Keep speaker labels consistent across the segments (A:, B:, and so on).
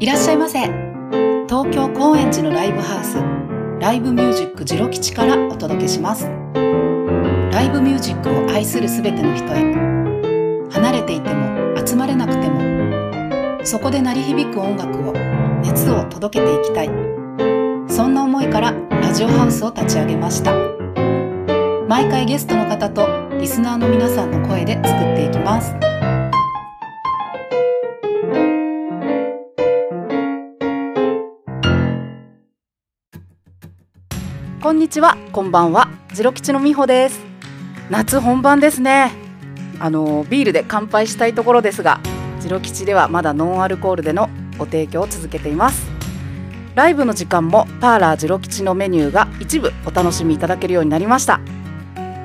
A: いらっしゃいませ東京高円寺のライブハウスライブミュージックジロ吉からお届けしますライブミュージックを愛するすべての人へ離れていても集まれなくてもそこで鳴り響く音楽を熱を届けていきたいそんな思いからラジオハウスを立ち上げました毎回ゲストの方とリスナーの皆さんの声で作っていきますこんにちは、こんばんは、ジロ吉のみほです。夏本番ですね。あのビールで乾杯したいところですが、ジロ吉ではまだノンアルコールでのご提供を続けています。ライブの時間もパーラージロ吉のメニューが一部お楽しみいただけるようになりました。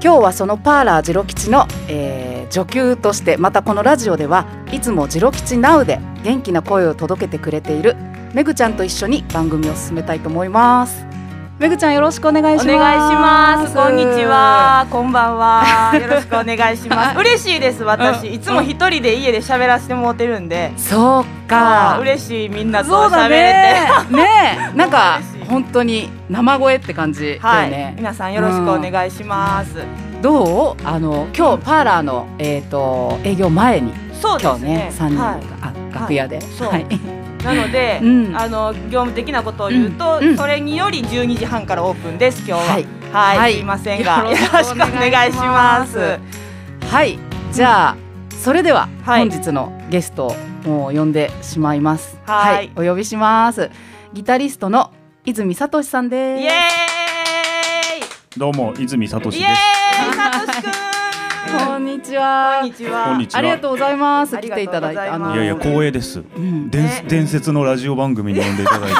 A: 今日はそのパーラージロ吉の、えー、助給としてまたこのラジオではいつもジロ吉 NOW で元気な声を届けてくれているめぐちゃんと一緒に番組を進めたいと思います。めぐちゃんよろしくお願いし
B: お
A: ます。
B: 願いします。こんにちは。こんばんは。よろしくお願いします。嬉しいです。私、いつも一人で家で喋らせてもらってるんで。
A: そう
B: あ
A: か。
B: 嬉しい。みんなと
A: そうだ
B: 喋れ
A: ね。ねえ、なんか
B: 嬉しい
A: 本当に生声って感じ
B: て。
A: だ
B: は
A: よ
B: い。
A: ね。
B: 皆さんよろしくお願いします。
A: どう？あの今日パーラーのえっ、と営業前に
B: そうで
A: 今
B: す
A: 日
B: ね
A: ね。三人が、
B: は
A: あ楽屋で、
B: そう
A: はい、
B: い。なので、
A: うん
B: あの業務的なことを言うと、
A: うんうん
B: それにより12時半からオープンです。今日は。
A: は
B: はいい。
A: はい
B: すいませんが、
A: よ
B: よ
A: ろ
B: ろ
A: し
B: し
A: く
B: く
A: お
B: お
A: 願
B: 願
A: い
B: い
A: し
B: し
A: ま
B: ますす。
A: はい、じゃあそれでは
B: は
A: 本
B: い
A: 日のゲストをもう呼んでしまいます。
B: はい
A: お呼びします。ギタリストの泉聡さん
B: イ
A: です。
B: エ
C: どうも泉聡
B: ー
C: で
B: イ。
C: す
B: イエ。ーイ。さとしくん。
A: こんにちは。
B: こんにちは。
C: こんにちは
A: ありがとうございます。
B: あり
A: 来て
B: がと
A: いう
B: ご
A: ただ
B: ざい
A: い
B: ま
A: て、あ
B: す
A: の、
C: いやいや光栄です。
A: うん、
C: 伝
B: ね
C: 伝説のラジオ番組に呼んでいただい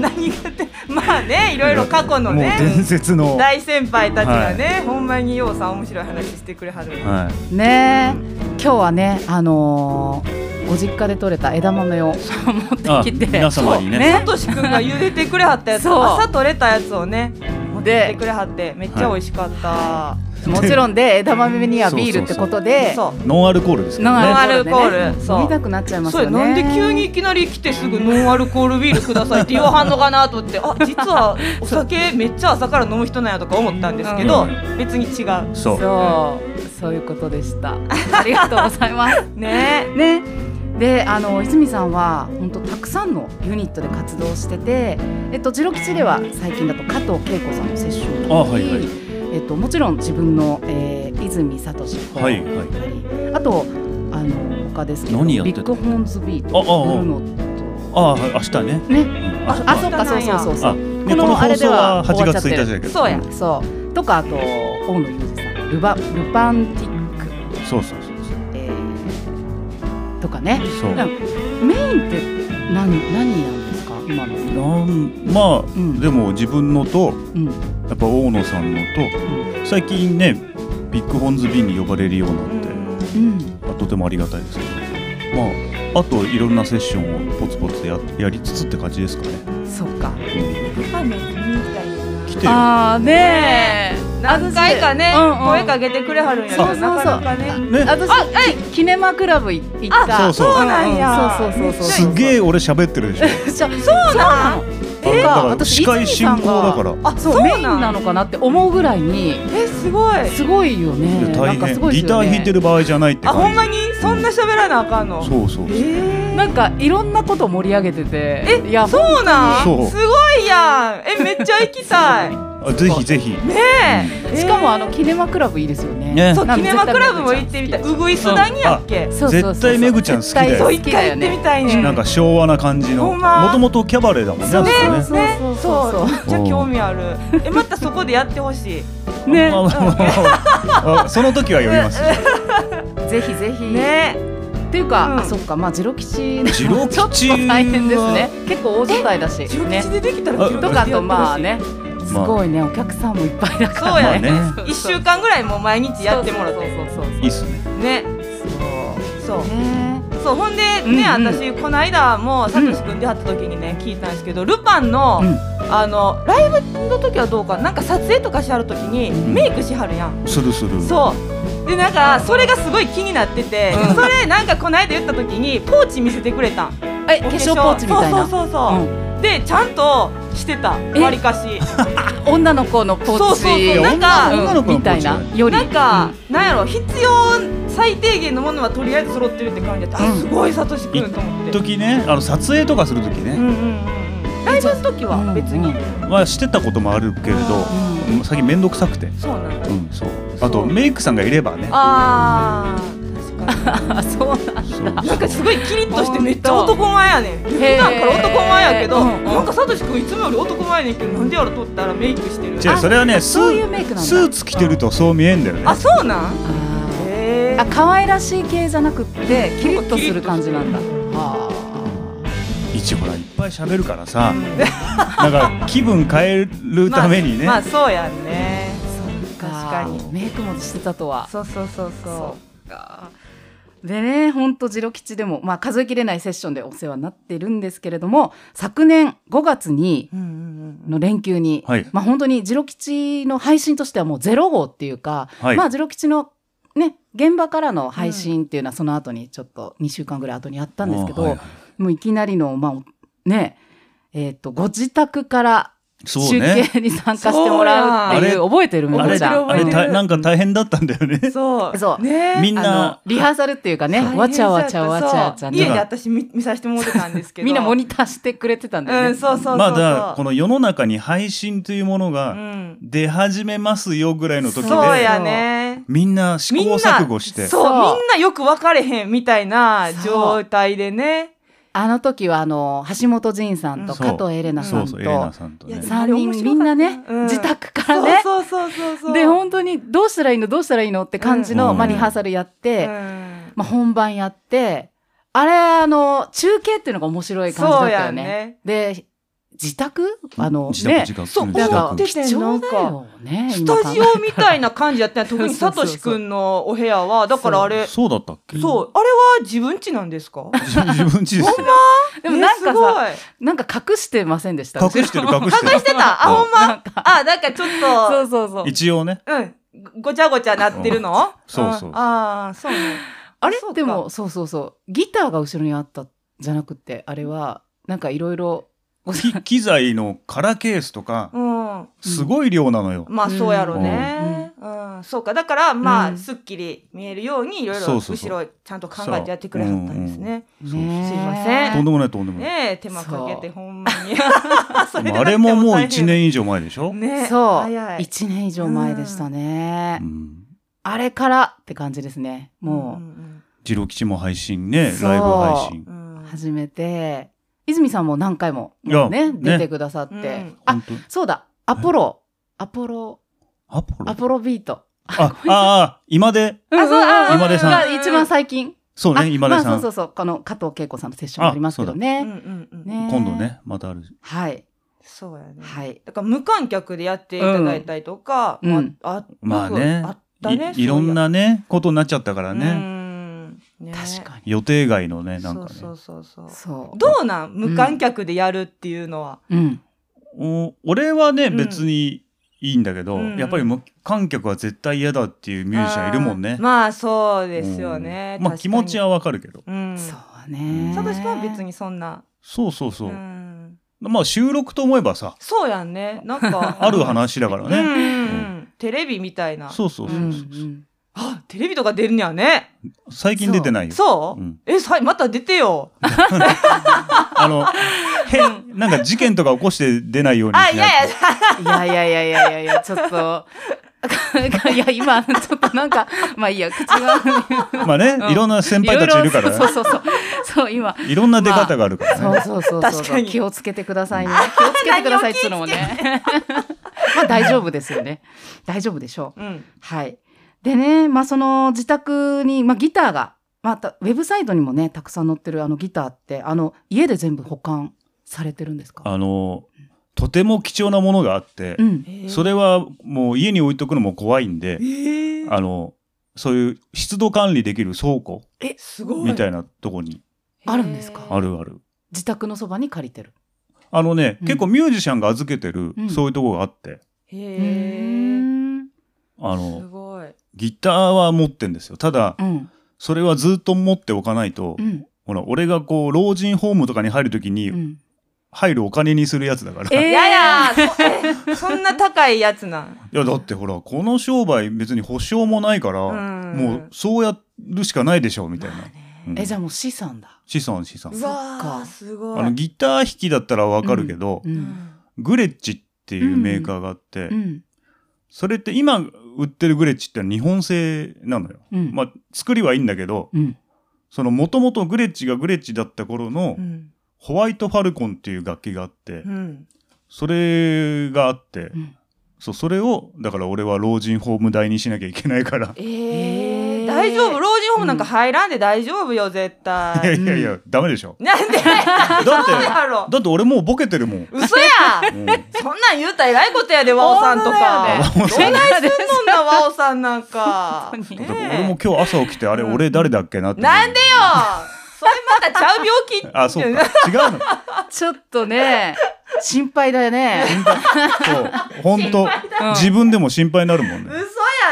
B: 何がってまあねいろいろ過去の
C: もう伝
B: ね
C: 説の。は
B: 大先輩たちがね、ほんまにようさん面白い話してくれはる、
C: い。
A: ねえ今日はねあのーご実家で採れた枝豆を持
C: あ
A: ってきて
C: 皆様にね
B: さとしくんが茹でてくれはったやつ
A: そう
B: 朝取れたやつをね持ってきて
A: で
B: くれはってめっちゃ美味しかった、
A: もちろんで枝豆にはビールってことで
B: そう
C: ノンアルコールですか
A: ノン
C: らね。
A: アルコール
B: ノン
A: で
B: アル
A: ね
B: コールそう
A: 飲みたくなっちゃいます
B: そ
A: よ
B: うや
A: ね
B: なんで急にいきなり来てすぐノンアルコールビールくださいって言わはんのかなと思ってあ実は お酒めっちゃ朝から飲む人なんやとか思ったんですけど、別に違う
C: そ
A: そう
C: う。
A: そういうことでしたありがとうございます
B: ね
A: ねであの泉さんは本当たくさんのユニットで活動しててえっとジロ吉では最近だと加藤恵子さんのセッション
C: あはいはい
A: えっともちろん自分の、えー、泉聡さん
C: はいはい。
A: ったりあとあの他ですけど
C: 何やって
A: ビ
C: た
A: ッグホーンズビー
C: あ
A: ト
C: ああ
A: ブルーノ
C: ああはい明日ね。
A: と
C: う
A: ね
C: ん
A: あ
C: 明日
A: あそっかそうそうそうそう
C: あね
A: こ
C: こ
A: の
C: の
A: あれで
C: 放送
A: は
C: は
A: 終わ
C: 8
A: っちゃっ
C: 月
A: てる
C: 1日だけど。
B: そうや。
A: そうとかあと大野裕二さんルバルパンティック、
C: そうそうそうそ
A: えーとかね
C: う。そう。
A: なんメインって何何なんですか今の
C: なんま
A: う
C: あ
A: ん
C: でも自分のと
A: うん
C: やっぱ大野さんのと最近ねビッグホンズビーに呼ばれるようにな
B: う
C: って。
B: ん
A: うん
C: まあとてもありがたいですけど、まあ、あといろんなセッションをポツポツややりつつって感じですかね。
A: そっか
B: パンの見に行きたい
C: 来てよ
A: ああ
B: ね
A: え
B: 何回かね、
A: うんうん
B: 声かけてくれはるんやけど
A: そうそうそう
B: なかなかね
C: ね
A: 私キキネマクラブ行った
C: あそうそう
B: そうなんや
A: そうそうそうそう
C: すげえ俺喋ってるでしょ。
A: そうそうなの
C: だ
A: か
C: から
A: 私
C: 司会進行だから。
B: あ
A: そうメインなのかなって思うぐらいに
B: えすごい
A: すごいよ
C: いや
A: ねな
C: 大
A: んかす
C: 変、
A: ごい
C: ギ
A: です
C: タ
A: よ
C: ー
A: ね
C: 弾いてる場合じゃないって
B: あほん
C: 感
B: まにそんな喋らなあかんの
C: じ。そうそう
B: え
C: そう。
B: ー
A: なんかいろんなこと盛り上げてて
B: え
A: いや
B: そうなん
C: そう
B: すごいやんえめっちゃ行き たいね
C: あぜひぜひ。
B: え
A: しかもあのキネマクラブいいですよね
C: ね
B: そう
A: なん
B: キ
A: か
B: ネマクラブも行ってみたいウグイスダニやっけ
A: そうそうそう
C: 絶対めぐちゃん好きだよ
A: 絶
B: そう
A: 対
B: 一回行ってみたいね
C: なんか昭和な感じの。
B: ほん
C: も
B: ま
C: ともとキャバレーだもんね。
A: そう
C: あそこね
A: そう
B: ね
A: そう
B: そう
A: そう
B: めっちゃ興味あるえまたそこでやってほしい
A: ね
C: あまあまあその時は呼びます。
A: ぜひぜひ
B: ね
A: っていうか
B: うん
A: あそっかまあジロ吉
C: ジロ吉は
A: ちょっと大変ですね結構大所帯だし
B: 中
A: ね
B: 吉でできたら
C: あ
B: 中吉
A: と
B: で
A: か
B: やってほしい
A: とまあねすごいねお客さんもいっぱいだから
B: そうや
C: ね
A: そうそう
B: 一週間ぐらいもう毎日やってもらって
A: そうそうそう
C: いいっすね。
B: ね
A: そ
B: そう
A: うね
B: そうほんでね、
A: うんうん
B: 私この間もさとし君出会った時にね聞いたんですけどルパンの
C: うん
B: あのライブの時はどうかななんか撮影とかしはる時に
C: うん
B: メイクしはるやん、
C: するする
B: そうでなんかそれがすごい気になってて、
A: うん
B: それなんかこの間言った時にポーチ見せてくれたん
A: え化粧ポーチみたいな
B: そうそうそうそう、でちゃんとしてた
A: え
B: わりかし
A: うん女の子のポ
B: そう
A: ー
B: そうそう
C: いや
A: チ
B: なんか
C: 女女の子の
A: み
C: ポー
A: たい
C: チじゃ
A: な
C: ない
A: より
B: なんか、なんやろ必要最低限のものはとりあえず揃ってるって感じだった、あ
C: うん
B: すごいサトシくんと思って、
C: 時ねあの撮影とかする時
B: うんう
C: ね、
B: んうんうんライブの時は別に、
C: まあしてたこともあるけれど、うん、先面倒くさくて
B: そうなんだ
C: うんそう
B: そう
C: あとメイクさんがいればね
B: あー確かに
A: あそうなんだ
C: そうそう
B: なんかすごいキリッとしてめっちゃ男前やねん普段から男前やけど、
A: うんうん
B: なんかサトシ君いつもより男前やねんけどなんでやろとったらメイクしてる
C: 違うそれはねス
A: そういうメイクなんだ
C: スーツ着てるとそう見えんだよね
B: あそうなん
A: あー
B: へ
A: あ可愛らしい系じゃなくってキリッとする感じなんだ
B: キ
A: は
C: 一ちほらいっぱい喋るからさなんか気分変えるためにね、
B: まあ、まあそうやんね
A: あそうか
B: 確かに
A: メイクもしてたとは
B: そうそうそうそう
A: かでねほんとジロ吉でも、まあ、数えきれないセッションでお世話になってるんですけれども昨年5月に
B: ううんうんうん
A: の連休に、
C: はい
A: まあ本当にジロ吉の配信としてはもうゼロ号っていうか、
C: はい
A: まあジロ吉のね現場からの配信っていうのはその後にちょっと2週間ぐらい後にやったんですけど、
C: あーはいはい
A: もういきなりの、まあ、ね、えっ、と、ご自宅から
C: そう
A: 中
C: ね
A: 継に参加してもらうっていう、
C: そうや
A: 覚えてるみ
C: あ
A: こ
C: れ
A: ちゃん。
C: あ
B: 覚
C: れ
B: えて
C: た
B: る
C: なんか大変だったんだよね
B: そう
A: そう
B: ね
C: みん
A: あ
C: な
A: のリハーサルっていうかね、
B: 大変
A: わちゃわちゃわちゃわちゃ
B: そう家で
A: ね。
B: 私見見させてもらってたんですけど
A: みんなモニターしてくれてたんだ
B: う
A: よ
B: ん
A: ね。
B: そうそうそうそう
C: まあだからこの世の中に配信というもの
B: う
C: が
B: ん
C: 出始めますよぐらいの時
B: そう
C: で
B: やね
C: みんな試
B: みん
C: 行
B: な
C: 錯誤して
B: そう
A: そう
B: みんなよく分かれへんみたいな状態でね
A: あの時は、あの、橋本仁さんと
C: そう
A: 加藤エレナさ
C: そ
A: ん
C: うそうエレナ
A: と、
C: さんと
B: いや
C: ね
A: 3
B: あれ面白
A: 人みん
B: かった
A: なね、
B: うん
A: 自宅からね。
B: そうそうそうそうそう
A: で、本当にどうしたらいいのどうしたらいいのって感じの、
C: うん
A: まあリハーサルやって、
B: うん
A: まあ、本番やってあれあの中継っていうのが面白い感じだったよね。
B: そうやね
A: で自宅あの
C: 自宅
A: ね
C: 自宅
B: そう
C: 自
A: なん
B: 思
A: か
B: って
A: 貴
B: て
A: 重だよね
B: ス
A: 今考え
B: タジオみたいな感じや ったんや特に
A: そう
B: サ
A: そうそう
B: トシ君のお部屋はだからあれそ
C: そうだったっけ
B: うあれは自分家なんです か
C: 自分自分ちですよ
A: でもなんかさ
B: えす
A: なんか隠してませんでした
C: 隠してる隠
B: ごい隠
C: し
B: してて
C: る
B: たあ
C: そう
B: ほんまあなんかちょっと
A: そうそうそう
C: 一応ね
B: うん。ごちゃごちゃなってるの
C: そうそうそうん
B: ああ、そうね。
A: あれ
B: そうか
A: でもそうそうそうギターが後ろにあったじゃなくてあれはなんかいろいろ
C: き機材の空ケースとか
B: うん。
C: すごい量なのよ
B: まあ、そうやろね。うん。そうか。だから、
A: う
B: まあ、
A: ん
B: すっきり見えるように、いろいろ、
C: そうそうそう
B: 後ろちゃんと考えてやってくれはったんですね。
C: そう
A: ね
B: すいませ
C: とんでもないとんでもない
B: ねえ、手間かけて、
A: そう
B: ほんまに。 そ
C: で
B: で
C: も
B: な
C: あ
B: くて
C: れももう
B: 大変
C: 1。年以上前でしょ、
B: ねえ
A: そう
B: 早い。
A: 1年以上前でしたね、
C: うん、
A: あれからって感じですねもう、
B: ん
C: ジロ吉も配信ね
A: そう
C: ライブ配信
B: うんうん。
A: 始めて泉さんも何回も
C: いや
A: ね
C: ね
A: 出てくださって、
B: うん
A: あ
C: 本当
A: そうだアポロアポロ
C: アポロ
A: アポロビート
C: あああ今で
A: あそうあ
C: 今出さん
A: が一番最近
C: そう
A: あ
C: ね今出
A: まあ
C: さ、
A: そうんそうそうこの加藤恵子さんのセッションもありますけど
B: う
A: ね
B: んうんうん
A: ね
C: 今度ねまたある
A: はい
B: そうやね。
A: はい
B: だから、無観客でやっていただいたりとか、
A: うんうん
B: あ、あ
C: まあね
B: あったね。
C: いいろん
B: そう
C: なねことになっちゃったから
B: いや。う
C: ね、
B: んね
A: 確かに
C: 予定外のねなんかね
B: そうそうそうそう
A: そう
B: どうなん無観客でやるっていうのは、
A: うん
C: お俺はね
B: うん
C: 別にいいんだけど、
B: うん
C: やっぱり無観客は絶対嫌だっていうミュージシャンいるもんね
B: あーまあそうですよね
C: うんまあ気持ち
B: は
C: はわかるけど
B: うん
A: そうね
B: サトシ君は別にそんな
C: そうそうそう、
B: ん、
C: まあ収録と思えばさ
B: そうやんねなんか
C: ある話だから
B: うん
C: ね、
B: うんうんテレビみたいな
C: そうそう
A: う
C: そ
A: ん
C: う
A: う、
C: そうん
B: あテレビとか出るにはね
C: 最近出てないよ
B: そう、
C: うん
B: えさまた出てよ
C: あの変なんか事件とか起こして出ないようにし
B: あ
C: ないい
B: やいや
A: いやいやいやいやいやいやちょっと いや今ちょっとなんかまあいいや口が
C: まあね、
A: うん
C: いろんな先輩たちいるからね
A: そうそうそうそう今
C: いろんな出方があるからね、
A: そうそうそうそう
B: 確かに
A: 気をつけてくださいね気をつけてくださいっつうのも ねまあ大丈夫ですよね大丈夫でしょう
B: うん
A: はいでねまあその自宅に、まあ、ギターがまたウェブサイトにもねたくさん載ってるあのギターってあの家で全部保管されてるんですか
C: あのとても貴重なものがあって、
A: うん
C: それはもう家に置いとくのも怖いんで
B: え、ー、
C: あのそういう湿度管理できる倉庫
B: えすごい
C: みた
B: い
C: いなとこに
A: あるんですか
C: あるある。
A: 自宅のそばに借りてる
C: あのね、
A: うん
C: 結構ミュージシャンが預けてる、
A: うん
C: そういうとこがあって、
A: う
B: へえ。
A: ん
C: あ
B: す
C: の、
B: ごい。
C: ギターは持ってんですよ。ただ、
A: うん
C: それはずっと持っておかないと、
A: うん
C: ほら、俺がこう、老人ホームとかに入るときに、
A: うん
C: 入るお金にするやつだから。
A: えー
C: い
B: ややそえそんな高いやつなん。
C: や、だってほら、この商売別に保証もないから、
B: うん
C: もうそうやるしかないでしょう、みたいな。うん
A: えじゃあもう資産だ
C: 資産、資産。
B: うわあすご
C: あの、
B: い。
C: ギター弾きだったらわかるけど、
A: う
B: うんん
C: グレッチっていうメーカーがあって、
A: うん
C: それって今売ってるグレッチってのは日本製なのよ。
A: うん
C: まあ、作りはいいんだけど、
A: うん
C: そのもともとグレッチがグレッチだった頃の
B: うん
C: ホワイトファルコンっていう楽器があって
B: う、ん。
C: それがあって
A: う、ん
C: そう、それを、だから俺は老人ホーム代にしなきゃいけないから、
B: え
A: え
B: え
A: ー
B: 大丈夫老人ホームなんか入らんで大丈夫よ絶
C: いや
B: 対。
C: いやいや、ダメでしょ。
B: なんで
C: だって、
B: や ろ。
C: だって俺もうボケてるもん。
B: 嘘や。
C: うん
B: そんなん言うたらえらいことやで和尾さんとか。
C: 本当だよ
B: ど
C: ね
B: ないすん のんな和尾さんなんか。
A: 本当に
B: ね
C: だ
B: え
C: から俺も今日朝起きて、あれ、俺誰だっけなって。
B: なんでよそれまたちゃう病気って
C: あ、そうか。違うの。
A: ちょっとね心配だよね
C: そう。 本当
A: うん
C: 自分でも心配になるもん
B: 嘘
C: ね。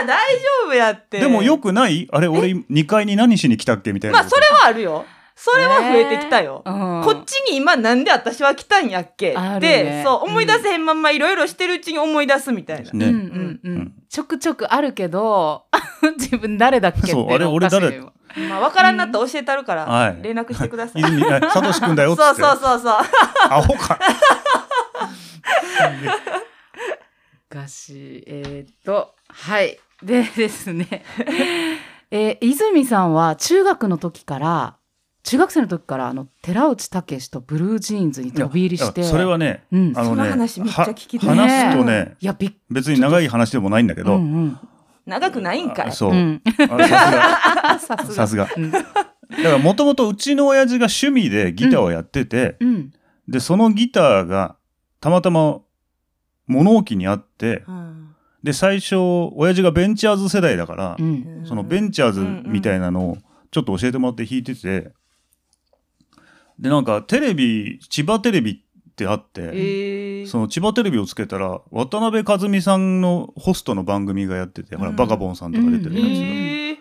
B: や大丈夫やって
C: でもよくないあれ、俺2階に何しに来たっけみたいな
B: ま
C: こ
B: あ
C: と。
B: それはあるよ それは増えてきたよ、
A: ねうん
B: こっちに今なんで私は来たんやっけ
A: あ
B: っ
A: る
B: て、
A: ね
B: そう思い出せへんまんまいろいろしてるうちに思い出すみたいな、
A: うん
C: ね。
A: うんう
C: うんん
A: ちょくちょくあるけど 自分誰だっけって
C: そうあれ
A: おかしい
C: 俺誰
A: よ
B: まあ、分からんなったら教えたるから、
C: はい
B: 連絡してください、
C: 泉、あサトシ君だよ
B: そ
C: っ
B: う
C: つって。
B: そうそうそう
C: アホか。
A: おかしいえーっとはいでですね えー泉さんは中学の時から中学生の時からあの寺内武とブルージーンズに飛び入りして
C: いやそれはね、
A: うん
C: あのね、
B: その話めっちゃ聞きた
A: い
C: は話すとね、
A: いやびっ
C: 別に長い話でもないんだけ
A: う
C: ど、
A: んうん
B: 長くないんかい
C: あそう
A: う。ん
C: あれさ
A: あさ
C: す
A: すが
C: が。さすが。
A: うん
C: だからもともとうちの親父が趣味でギターをやってて、
A: うん
C: で、そのギターがたまたま物置にあって、
B: うん
C: で、最初、親父がベンチャーズ世代だから、
A: うん
C: そのベンチャーズみたいなのをちょっと教えてもらって弾いてて、で、なんかテレビ、千葉テレビってあって、
B: えー
C: その千葉テレビをつけたら、渡辺和美さんのホストの番組がやってて、ほら、
B: うん
C: バカボンさんとか出て
B: え
C: るやつが。
B: ー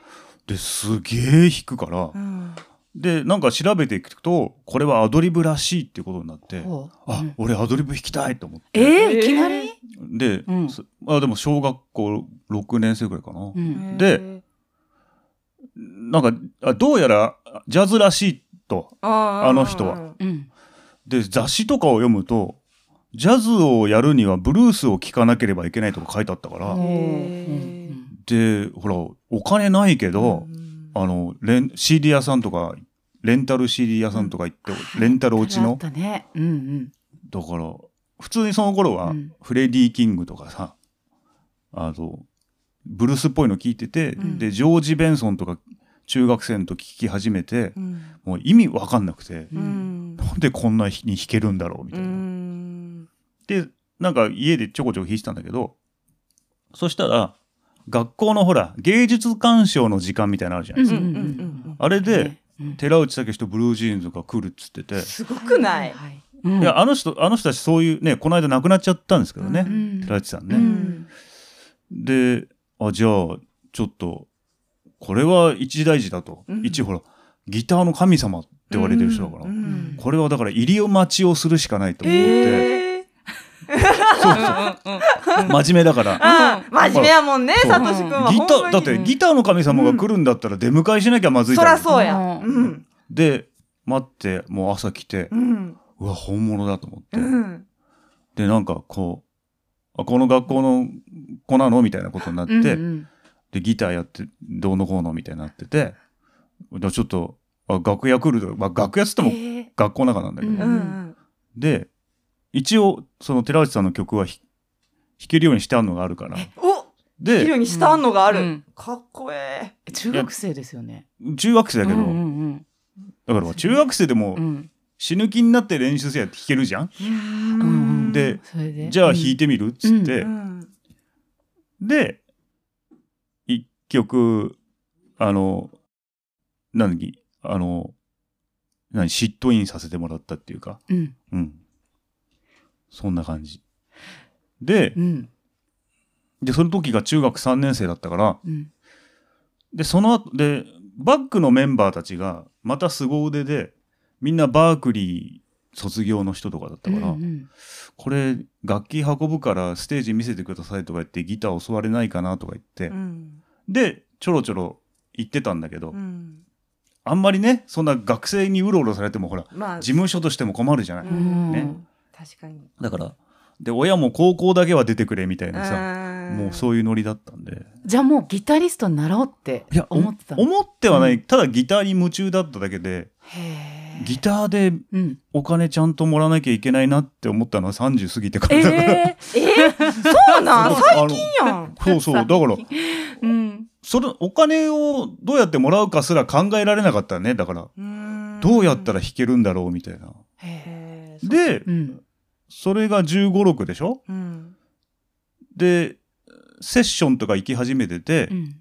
C: で、すげえ弾くから
B: う、ん
C: で、なんか調べていくと、これはアドリブらしいっていうことになって、
A: ほう
C: あ
A: う、ん
C: 俺アドリブ弾きたいと思って。
A: えーいきなり
C: で、
A: うん
C: そあでも小学校6年生くらいかな。
A: うん
C: でなんか、あどうやらジャズらしいと
B: あー
C: あの人は
A: うん
C: で雑誌とかを読むとジャズをやるにはブルースを聴かなければいけないとか書いてあったから、
A: おー
B: へー
A: うん
C: でほらお金ないけど、
B: うん
C: あのレン CD 屋さんとかレンタル CD 屋さんとか行って、レンタル
A: うん
C: 落ち
A: あっ
C: の
A: たねうんうん
C: だから普通にその頃は、
A: うん
C: フレディ・キングとかさあのブルースっぽいの聞いてて、
B: うん
C: でジョージ・ベンソンとか中学生の時聞き始めて、
B: うん
C: もう意味わかんなくて、
A: う
B: うん
C: なんでこんなに弾けるんだろうみた
B: う
C: いな。
B: ん
C: で、なんか家でちょこちょこ弾いてたんだけど、そしたら、学校のほら、芸術鑑賞の時間みたいなのあるじゃないですか。
A: うんうんうん
B: うん
C: あれで
A: ね、うん
C: 寺内武とブルージーンズが来るっつってて、
B: すごくない
A: ははいうん
C: いや、あの人、あの人たちそういうね、この間亡くなっちゃったんですけどね
A: う、ん
C: 寺内さん
A: う
C: ね。
A: ん
C: で、あ、じゃあ、ちょっと、これは一大事だと。
B: うん
C: 一ほら、ギターの神様って言われてる人だから、
B: うん
C: これはだから入りを待ちをするしかないと思って、
B: へー
C: そうそう、
A: うん
C: 真面目だから。
B: あー真面目やもんね
C: そう
B: さとしくんは
C: ギタ
B: ほんま
C: ー
B: に
C: だってギターの神様が来るんだったら出迎えしなきゃまずい
B: そ
C: だろ、
B: らそうやうん
C: で待ってもう朝来て
B: う、ん
C: うわ本物だと思って、
B: うん
C: でなんかこうあこの学校の子なのみたいなことになって、
A: うんうん
C: でギターやってどうのこうのみたいになっててでちょっとあ楽屋来ると、まあ、楽屋っつっても
A: え
C: 学校の中なんだけど、
A: うん
B: うん
C: で一応その寺内さんの曲はひ弾けるようにしてあるのがあるか
B: お
C: ら
B: 綺
C: で
B: 麗にしたんのがあ
A: う
B: る
A: ん
B: かっこええ
A: ー中学生ですよね
C: 中学生だけど、
A: うんうん
C: だから中学生でも、
A: うんうん
C: 死ぬ気になって練習せやって弾けるじゃん、
A: うん
C: で
A: それで
C: じゃあ弾いてみるっつって、
B: うん
C: で一曲あの何だっけあの何シットインさせてもらったっていうか、
A: うん
C: うん、そんな感じ。で
A: う、ん
C: で、その時が中学3年生だったから、
A: うん
C: で、その後、で、バックのメンバーたちが、また凄腕で、みんなバークリー卒業の人とかだったから、
A: うんうん
C: これ、楽器運ぶからステージ見せてくださいとか言って、ギター教われないかなとか言って、
B: うん
C: で、ちょろちょろ行ってたんだけど、
B: うん
C: あんまりね、そんな学生にうろうろされても、ほら、
B: まあ
C: 事務所としても困るじゃない。
B: うん
A: ね
B: 確かに
C: だから、で、親も高校だけは出てくれみたいなさ、もう
B: う
C: そういうノリだったんで。
A: じゃあもうギタリストになろうって
C: いや、
A: 思ってたの
C: 思ってはない、ただギターに夢中だっただけで、
A: へー
C: ギターで
A: うん
C: お金ちゃんともらわなきゃいけないなって思ったのは30過ぎてか
A: え
C: らだか
A: え
C: ら。
B: んえそうなん
C: そう
B: 最近やん
C: そうそう、だから、
A: うん
C: それ、お金をどうやってもらうかすら考えられなかったね、だから。
B: うん
C: どうやったら弾けるんだろうみたいな。
A: へ
B: へー
C: で
A: ーう、ん
C: それが15、6でしょ
B: うん
C: で、セッションとか行き始めてて、
A: うん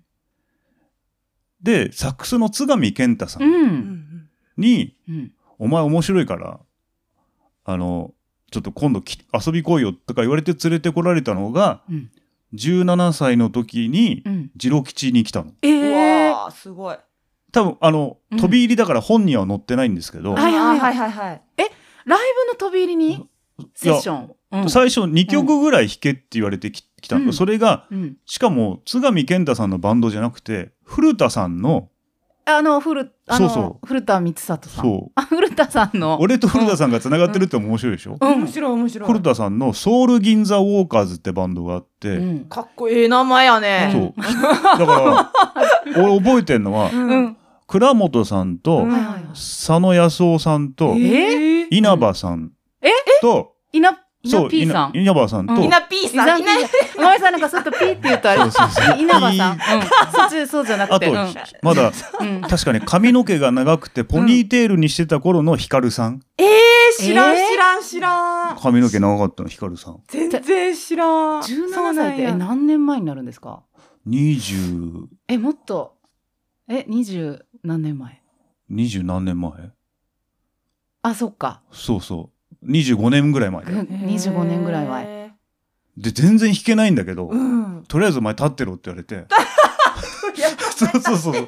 C: で、サックスの津上健太さ
A: うん
B: うんうんん
C: に、
A: うん
C: お前面白いから、あの、ちょっと今度き遊び来いよとか言われて連れてこられたのが、
A: うん
C: 17歳の時に、
A: うん
C: ジロ吉に来たの。
A: え
B: う
A: え
B: わーすごい
C: 多分、あの
A: う、ん
C: 飛び入りだから本には載ってないんですけど、
A: はいはいはい
B: あーはいはい
A: ライブの飛び入りにセッションうん
C: 最初2曲ぐらい弾けって言われてき来たの、
A: うん
C: それが、
A: うん
C: しかも、津上健太さんのバンドじゃなくて、古田さんの、
A: あの古あの
C: そうそ
A: 古田光里さん
C: そう、
A: あ古田さんの
C: 俺と古田さんが繋がってるって面白いでしょ、
A: うん
B: 面白い面白い
C: 古田さんのソウル銀座ウォーカーズってバンドがあって、
A: うん
B: かっこいい名前やね
C: そうだから俺覚えてるのは
B: うん
A: うん
C: 倉本さん
B: う
C: と
B: ん
A: はいはいはい
C: 佐野康夫さんと
B: えー
C: 稲葉さん
A: え
C: と、
A: 稲
C: そ
A: 稲
C: う
A: P さん
C: 稲稲葉さんと、
A: うん
B: いなぴー
A: 伊
B: さ
A: 沢
B: ん
A: ピ
B: いな
A: ーさんごめんなさいなんかそうするとピーって言うとあれ
C: そうそうそ う
A: 稲葉さん、
C: い
A: うん、そっちそうじゃなく
C: あ
A: て
C: と、
A: うん
C: まだ
A: うん
C: 確かね髪の毛が長くてポニーテールにしてた頃のヒカルさん
B: えー知らん
A: えー
B: 知らん知らん
C: 髪の毛長かったのヒカルさん
B: 全然知らんそう
A: 17
B: な
A: 歳っ
B: ん
A: て
B: や
A: え何年前になるんですか
C: 20
A: えもっとえ二十何年前
C: 二十何年前
A: あそっか
C: そうそう25年ぐらい前だよ
A: 25年ぐらい前
B: へ
C: で全然弾けないんだけど、
B: ーうん
C: とりあえずお前立ってろって言われてそうそうそう
B: へ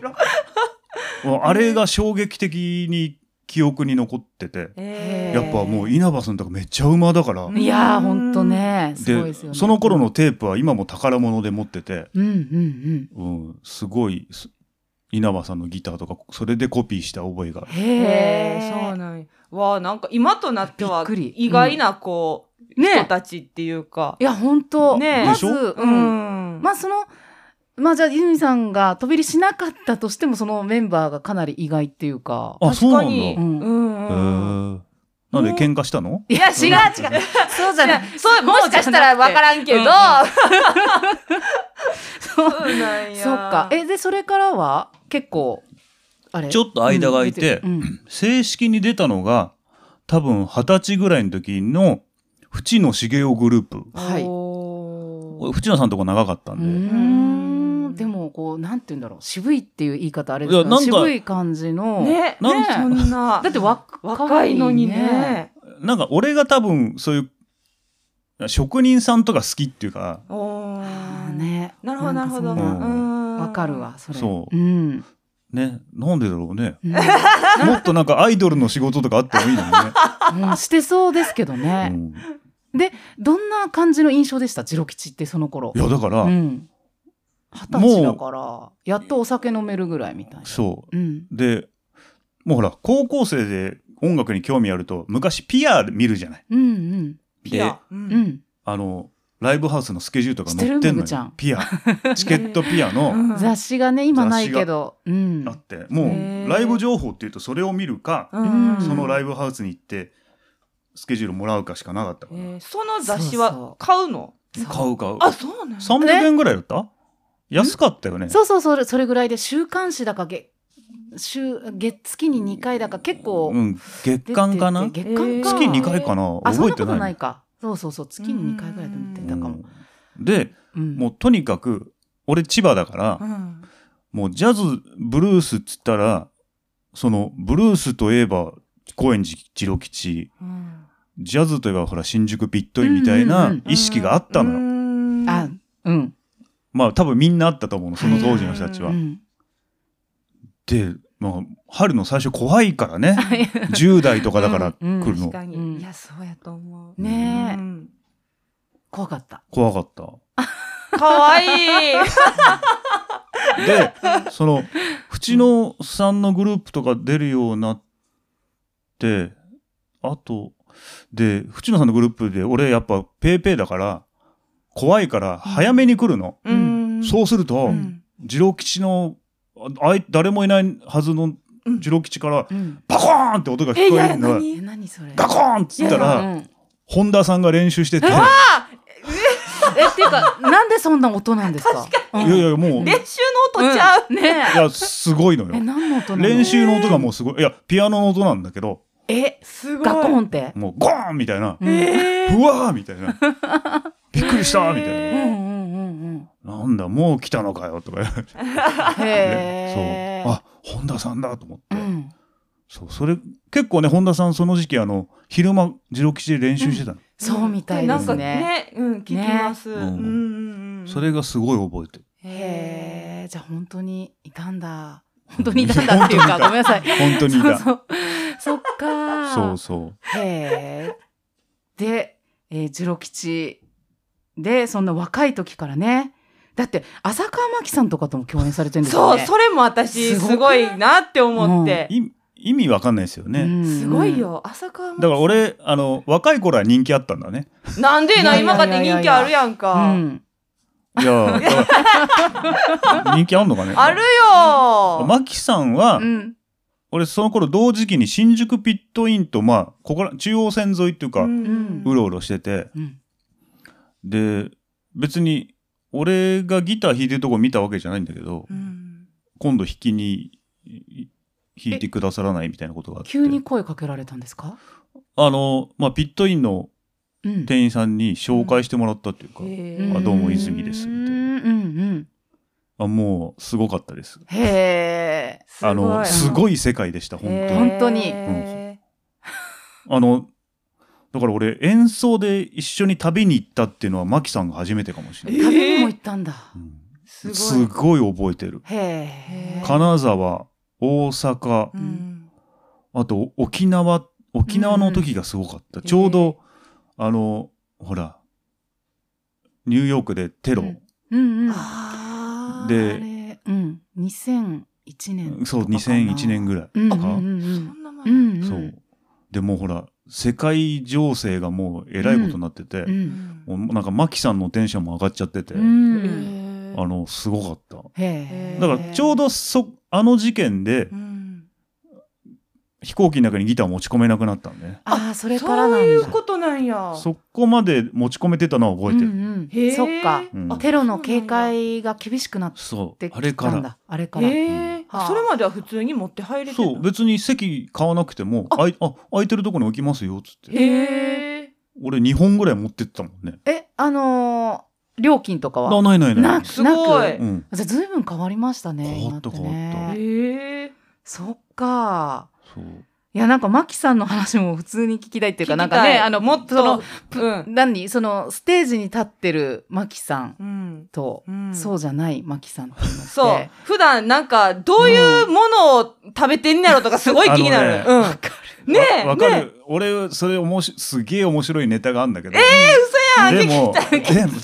C: もうあれが衝撃的に記憶に残ってて、
B: ー
C: やっぱもう稲葉さんとかめっちゃ馬だから、
B: うん
A: いやーほんとねすごい
C: で
A: ですよね
C: その頃のテープは今も宝物で持ってて、
A: うんうん
C: うん、すごいす稲葉さんのギターとかそれでコピーした覚えがあ
A: うん
C: る
A: へ
B: へ
A: え
B: えそうなんやわあなんか今となっては
A: びっくり
B: 意外なこう人
A: ね
B: たちっていうか
A: いやほんと
B: ねえ
A: ま
C: で
A: ず
C: しょ
A: うん
B: ん
A: まあそのまあじゃあ泉さんが飛び入りしなかったとしてもそのメンバーがかなり意外っていうか
C: あそうなんだ、
B: 確
C: へ
B: かに
A: う
B: うんうん
C: ーなんで喧嘩したの
A: いや違う違うそうじゃない
B: そうもしかしたら分からんけど、
A: うん
B: そうなんや
A: そっか。え、で、それからは結構、あれ
C: ちょっと間が空いて
A: うん出る
C: 正式に出たのが多分二十歳ぐらいの時の淵野茂雄グループ
A: はい
B: おー
C: 淵野さんとこ長かった
A: うん
C: で、
A: ん。うー
B: うんん
A: でも、こう、なんて言うんだろう。渋いっていう言い方あれで
C: い
A: す
C: や
A: け
C: な
A: ど、
C: んか
A: 渋い感じの。
B: ね
A: ねえ
B: そんな
A: だって若
B: 若いのに。ね
C: なんか俺が多分そういう職人さんとか好きっていうか、
B: お
A: あ
B: ー
A: ーね。
B: なるほどなるほど
A: んかそんな
C: う
A: わかるわ、それ。
C: そう
A: うん。
C: ね、なんでだろうね。
A: うん
C: もっとなんかアイドルの仕事とかあってもいいのにね。
A: うんしてそうですけど
C: う
A: ね。
C: ん
A: どんな感じの印象でしたジロ吉ってその頃
C: い。や、だから、
A: うん。二十歳だから、やっとお酒飲めるぐらいみたいな。
C: そ
A: うん。
C: う。で、もうほら、高校生で音楽に興味あると、昔ピア見るじゃない。
A: うんうん。
B: ピアう
A: うんん。
C: あの、ライブハウスのスケジュールとか載っ
A: 知って
C: て
A: る
C: ん
A: む
C: の
A: ぐちゃん
C: よ。ピア。チケットピアの、
B: うん
A: 雑誌がね、今ないけど。うん
C: あ。って、も
B: へ
C: う
B: ー
C: ライブ情報っていうとそれを見るか、
A: うん
C: そのライブハウスに行って、スケジュールもらうかしかなかったか
B: え
C: ら。
B: ーその雑誌
A: そうそ
B: は
A: う
B: 買うの
C: 買う買う。
B: あそうなんや
C: 300円ぐらいだった安かったよね。
A: そうそうそれそれぐらいで週刊誌だか月週月月に2回だか結構
C: うん、月
A: 出てて
C: 間かな
A: 月間か、
B: えー
C: 月2回かな
A: あそん
C: 覚え
A: な
C: て
A: ことな
C: ない
A: い。かそうそうそう月に2回ぐらいで見てたかも、
C: うんで、
A: うん
C: もうとにかく、俺千葉だから、
B: うん
C: もうジャズ、ブルースっつったら、その、ブルースといえば、高円寺、次郎吉、
B: うん
C: ジャズといえばほら新宿ビットイみたいな意識があったのよ、
B: の
A: あうん
C: まあ多分みんなあったと思うのその当時の人たち
A: う
C: は。
A: ん
C: で、まあ、春の最初怖いからね10代とかだから来る
B: 確
C: の
B: かに、
A: うん
B: いやそうやと思う、う
A: ねえ
B: ん、
A: 怖かった
C: 怖かった。
B: かわいい
C: でその淵野さんのグループとか出るようになってあとで淵野さんのグループで俺やっぱペーペーだから怖いから早めに来るの、
B: うん
C: そうすると、
B: うん
C: 次郎吉のああい誰もいないはずの次郎吉から、
A: うん
C: バコーンって音が聞
B: えい
C: こえ
B: や
C: るのが
B: 何
A: え何それ
C: ガコーンっつったら、
A: うん
C: 本田さんが練習してて、
A: えっていう かなんでそんな音なんですかうん
C: いやいやもう、い
B: 練習の音ちゃう、
A: うんね
C: やすごいの
A: ええ
C: よ
A: 何の音なの
C: 練習の音がもうすごいいやピアノの音なんだけど
A: え
B: すごい
A: 学校音って
C: もうゴーンみたいな
A: うん
B: えー
C: うわーみたい な。びっくりしたみたい
A: うんう
C: な。
A: んうんうん
C: なんだ、もう来たのかよとか言われて。
A: へえ
C: そう。あ、本田さんだと思って。
A: うん
C: そう、それ、結構ね、本田さん、その時期、あの、昼間、ジロ吉で練習してたの。
A: そうみたいです
B: なんか
A: ね
B: ね、うん、聞きます。
C: ね
B: うんうんうん
C: それがすごい覚えてる。
A: へえ、じゃあ本当にいたん だ。本当にいたんだっていうか、
C: 本当にいた
A: ごめんなさい。
C: 本当にい
A: そう
C: た。
A: そう。そっか。
C: そうそう。
A: へえ。で、えー、ジロ吉で、そんな若い時からね。だって、浅川真紀さんとかとも共演されてるんです
B: そ
A: よ
B: う、
A: ね。
B: それも私、
A: すごく
B: すごいなって思って。
C: い意味わかんないですよね。
A: ん
B: すごい。よ、朝川
C: だから
B: も。
C: 俺、あの、若い頃は人気あったんだね。
B: なんで
A: いや
B: な、
A: いやいや
B: 今かって人気あるやん
A: う
B: か。
A: ん。
C: いや、だか ら人気あんのかね
B: あるよ
C: マキさんは、
A: うん。
C: 俺その頃同時期に新宿ピットインと、まあ、ここら、中央線沿いっていうか、
B: うん
C: うろうろしてて、
A: うん。
C: で、別に、俺がギター弾いてるとこ見たわけじゃないんだけど、
B: うん
C: 今度弾きにい弾いてくださらないみたいなことがあって。
A: 急に声かけられたんですか
C: あの、まあ、ピットインの
A: うん。
C: 店員さんに紹介してもらったっていうか、
B: へ
A: ん
B: ー
C: あどうも泉ですみ
A: うん
C: たいな
A: うん
C: あもう、すごかったです。
A: うん。へえ。
B: すごい
C: あの、す
B: い。
C: ごい世界でした、本当
A: へ
C: に。
A: 本当に
B: へ
C: あの、だから俺、演奏で一緒に旅に行ったっていうのは、マキさんが初めてかもしれない。
B: えー
A: 旅にも行ったんだ。
C: うん
B: ー
C: す
B: すごい。
C: ごい覚えてる。
A: へえ。
C: 金沢、大阪、
B: うん
C: あと沖縄沖縄の時がすごかった、ちょうど、あのほらニューヨークでテロ、
A: うんうんうん。
B: あー
C: で
A: あれうん、2001年
C: そう
A: とかかな
C: 2001年ぐらい、
A: うんうん
B: そんな前
A: うんうんうん
C: そう、でもうほら世界情勢がもうえらいことになってて、
A: う
B: うんん
C: もうなんかマキさんのテンションも上がっちゃってて、
A: うん
B: へ
C: あのすごかった
A: へえ
C: だからちょうどそあの事件で
B: ーうん
C: 飛行機の中にギター持ち込めなくなったんで、ね、
A: ああそれからなん
B: そ
A: だ
B: ういうことなんや。
C: そこまで持ち込めてたのは覚えてる、
A: うんうん
B: へー
A: そっか
C: うん
B: あ
A: テロの警戒が厳しくなっ
C: そ
A: てき
C: う
A: た
C: あ
A: んだ
C: れから
A: あれから
B: ええ
A: はあ
B: それまでは普通に持って入れてた
C: そう別に席買わなくてもあいあ空いてるとこに置きますよっつって
B: へえ
C: 俺2本ぐらい持ってったもんね
A: えあのー料金とか
C: あ
A: は
C: ないないない
A: なく
B: すごい
C: うん、
A: じゃあずいぶん変わりましたね
C: 変わった
A: 今ってね
C: 変わった
B: へえ
A: そっか
C: そう
A: いやなんかマキさんの話も普通に聞きたいっていうかなんか
B: 聞きた
A: ね
B: い
A: あのもっ
B: その
A: と
B: うん
A: 何そのステージに立ってるマキさん
B: うん
A: と
B: うん
A: そうじゃないマキさんっていうのって
B: そう普段なんかどういうものを食べてんやろとかすごい気になる
C: あ
B: うんねえ
C: わわかる、
B: ね
C: 俺それおもしすげえ面白いネタがあるんだけど、
B: え嘘やん
C: でも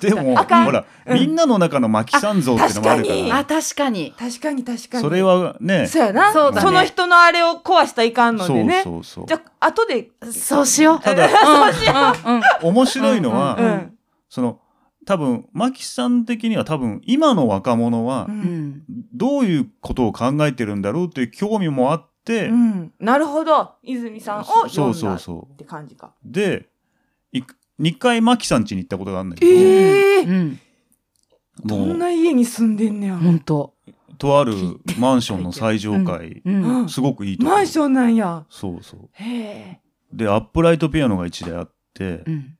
C: でもでも
B: あかん
C: ほら、
B: うん
C: みんなの中のマキさん像っていうのもあるか
B: あ
A: あ
C: ら
A: 確かに
B: 確かに確かに
C: それはね
B: そうやな
A: そ
B: そう
A: だね
B: の人のあれを壊したらいかんのでね
C: そうそう
B: じ
C: そう
B: ゃあ後で
A: そうしよう。
C: ただ
A: そうしようん。うん
C: 面白いのは、
A: う
B: うんん
C: その多分マキさん的には多分今の若者は、
B: う
A: うんん。
C: どういうことを考えてるんだろうという興味もあって、
B: うんなるほど泉さんを
C: そ
B: 呼
C: うんそ
B: だ
C: う
B: っ
C: そ
B: て感じか
C: うで2回マキさん家に行ったことがあるんだけど、
B: ええ
A: うん。
B: ど
C: も
B: ん
C: う
B: な家に住んでんねやろ
A: 本当。
C: とあるマンションの最上階、
A: うん。
C: すごくいいとこ
B: マンションなんや
C: そうそう
B: へえ
C: でアップライトピアノが1台あって、
A: うん。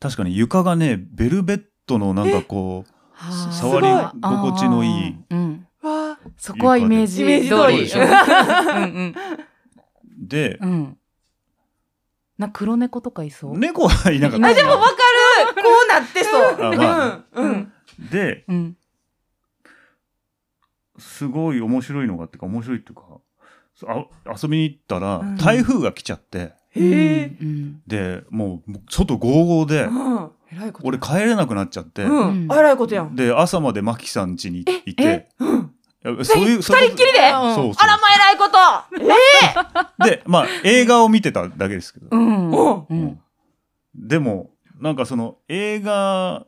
C: 確かに床がねベルベットのなんかこう
A: はあ
C: 触り
B: すごい
C: 心地のいい。
A: うん。
B: わあ
A: そこはイメージ
B: イメージ
A: 通
B: 通
A: り。
B: り
A: うんうん
C: で、
A: うん。な黒猫とかいそう。
C: 猫はいなかった
A: あで
B: もわかるこうなってそう。
C: あま
B: うんうん。
C: で
A: うん。
C: すごい面白いのがっていうか面白いっていうかそあ遊びに行ったら
B: うん
C: 台風が来ちゃって、
B: へえ。
A: うん。
C: でもう外ゴーゴーで
B: うん。えらいこと。
C: 俺帰れなくなっちゃって、
B: うん。あえらいことやん。
C: で朝までマキさん家にいて
B: うん。
C: いやそういう
B: 二
C: そういう
B: 人っきりであ
C: そうそう
B: らまえらいこと
C: でまあ映画を見てただけですけど、
A: うん。うん。
B: お
A: うん。
C: でもなんかその映画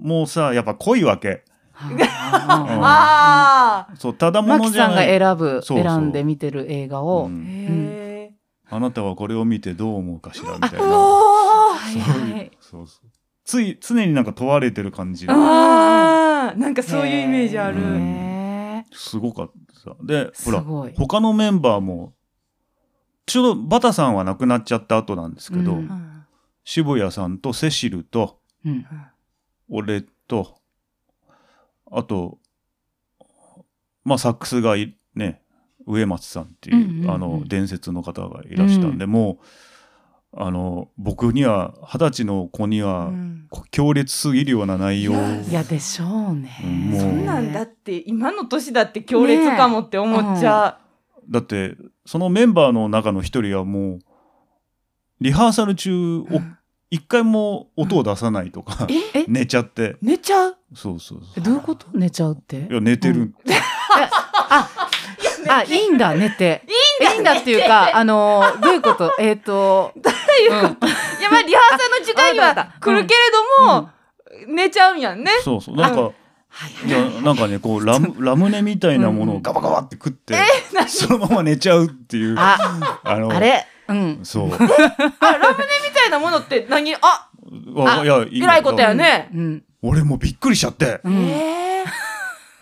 C: もさやっぱ濃いわけ
A: は
B: ああ。
C: そうただ
A: あ
C: も
A: マ
C: の
A: キ
C: じゃ
A: さんが
C: ない
A: 選ぶ
C: そうそう
A: 選んで見てる映画を、
C: うん
B: へえ。
C: あなたはこれを見てどう思うかしらみたいな
B: うおー
A: はい
C: そう
A: は
C: いう
A: い
C: そうそうつい常になんか問われてる感じ
B: ああ。なんかそういうイメージある。
C: うん
A: へえ
C: すごかったですほら
A: ごい
C: 他のメンバーもちょうどバタさんは亡くなっちゃった後なんですけど、
A: うん
B: うん
C: 渋谷さんとセシルと
A: うん
C: 俺とあとまあサックスがいね植松さんっていう,、
A: うんうんうん
C: あの伝説の方がいらしたんで、もうあの僕には二十歳の子には、
B: うん
C: こ強烈すぎるような内容を
A: いやでしょうね
C: うんもう
B: そんなんだって今の年だって強烈かもって思っちゃ
C: だってそのメンバーの中の一人はもうリハーサル中お
B: う。うん
C: 一回も音を出さないとか、
A: ええ
C: 寝ちゃって
B: 寝ちゃう。
C: そうそうそ
A: えどういうこと寝ちゃうって
C: ういや寝てる、
A: うあいいんだ寝ていいんだいいんだっていうかあのどういう ことえっ、と
B: いやまあリハーサルの時間に
A: あわか
B: は
A: った
B: 来るけれども、寝ちゃうんやんね。
C: そうそうなんかいやなんかねこうラムラムネみたいなものをガバガバって食って、そのまま寝ちゃうっていう
A: あ
C: あの
A: あれうん
C: そ う
B: あラムネみたいなものって何あ
C: わいやい
B: え
C: ん
B: ら
C: だ
B: い
C: けど
B: ことやね。
A: うん
C: 俺もびっくりしちゃって
A: うん
B: え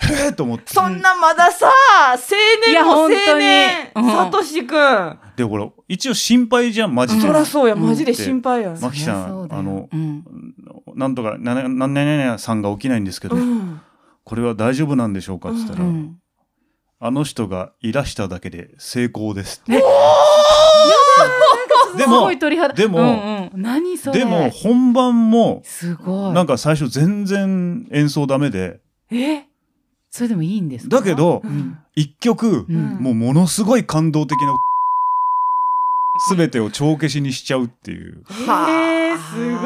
B: ー
C: えっと思って
B: そんなまださ青
A: い
B: 年
A: や
B: も青
A: 本当に
B: 年
A: うん
B: さとしくん
C: でほら一応心配じゃんマジで
B: そらそうや
A: うん
B: マジで心配やん。
C: マキさ
A: そり
C: ん
A: ゃそうだよ
C: あの
A: うん
C: なんとかなななんねねねさんが起きないんですけど、
B: うん
C: これは大丈夫なんでしょうかっつった
A: う
C: ら、
A: ん
C: あの人がいらしただけで成功です
A: ね
C: ですも
A: ごい鳥肌
C: でも
A: うんうん何それ
C: でも本番も
A: すごい
C: なんか最初全然演奏ダメで
B: え
A: それでもいいんですか
C: だけど
A: うん
C: 一曲
A: うん
B: うん
C: もうものすごい感動的な全てを帳消しにしちゃうっていう
B: えーす
C: い
B: ご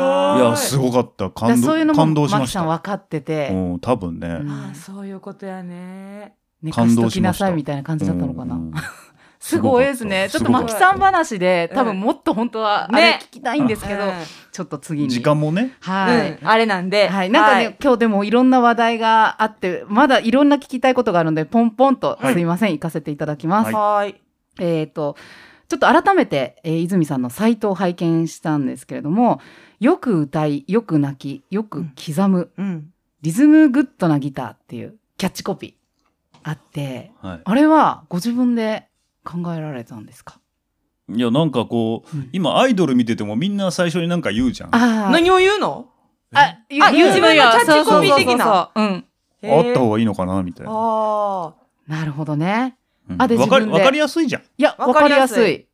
C: やすごかった
A: だから
C: 感
A: そういうの
C: 動
A: も
C: 感動し
A: マ
C: ま
A: キ
C: し
A: さん
C: た
A: 分かってて、
C: うん多分ね
B: あーそういうことやね。
A: 寝か
C: 感
A: し
C: 動
A: と
C: し
A: き
C: ま
A: な
C: した
A: さいみたいな感じだったのかな、
C: うん
A: すごいですねち
C: す
A: ょっ
C: ご
A: と
C: か
A: マ
C: った
A: キさん話で
B: うん
A: 多分もっと本当はあれ
B: ね
A: 聞きたいんですけど、
B: うん
A: ちょっと次に
C: 時間もね
A: はい、
B: うんあれなんで。
A: はい、なんかね、今日でもいろんな話題があってまだいろんな聞きたいことがあるのでポンポンと
C: はい
A: すいません、行かせていただきます、
B: はい。はい。
A: えっ、とちょっと改めて、えー泉さんのサイトを拝見したんですけれどもよく歌いよく泣きよく刻む、
B: うん。
A: リズムグッドなギターっていうキャッチコピーあって
C: は
A: あれはご自分で考えられたんですか、
C: いいやなんかこう今アイドル見ててもみんな最初になんか言うじゃんあ
A: あ
B: 何を言うの？
A: あ、ゆ
B: あ
A: ゆ
B: 自分のキャッチコピー的な
A: そうそうそうそううん。
C: った方がいいのかなみたいな
B: あ
A: なるほどね。
C: うん
A: あで
C: わ
A: 自
C: かり
A: 分で
C: わかりやすいじゃん
A: いや、わ
B: わ
A: かり
B: かり
A: や
B: やすい
A: すい。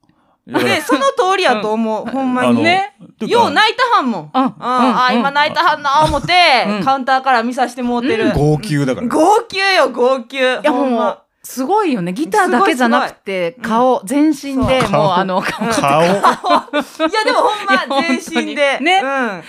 B: あ。でその通りやと思う。ほんまにね。
C: というか
B: よう泣いたはんもん。
A: うん。
B: うん、あー、今
A: い。
B: 泣いたはんなー思って、
A: うん
B: カウンターから見さしてもうてる。
C: 号泣だからね
B: 号泣よ、号泣。い
A: いや、もう、すごいよね。ギターだけじゃなくて、
B: ごいすごい
A: 顔、全身で、もう
C: そう顔
A: あの、顔 いや
B: いや、でもほん
C: 顔
A: 本
B: ま、
A: 当に
B: 全身で。
A: ね
B: うん。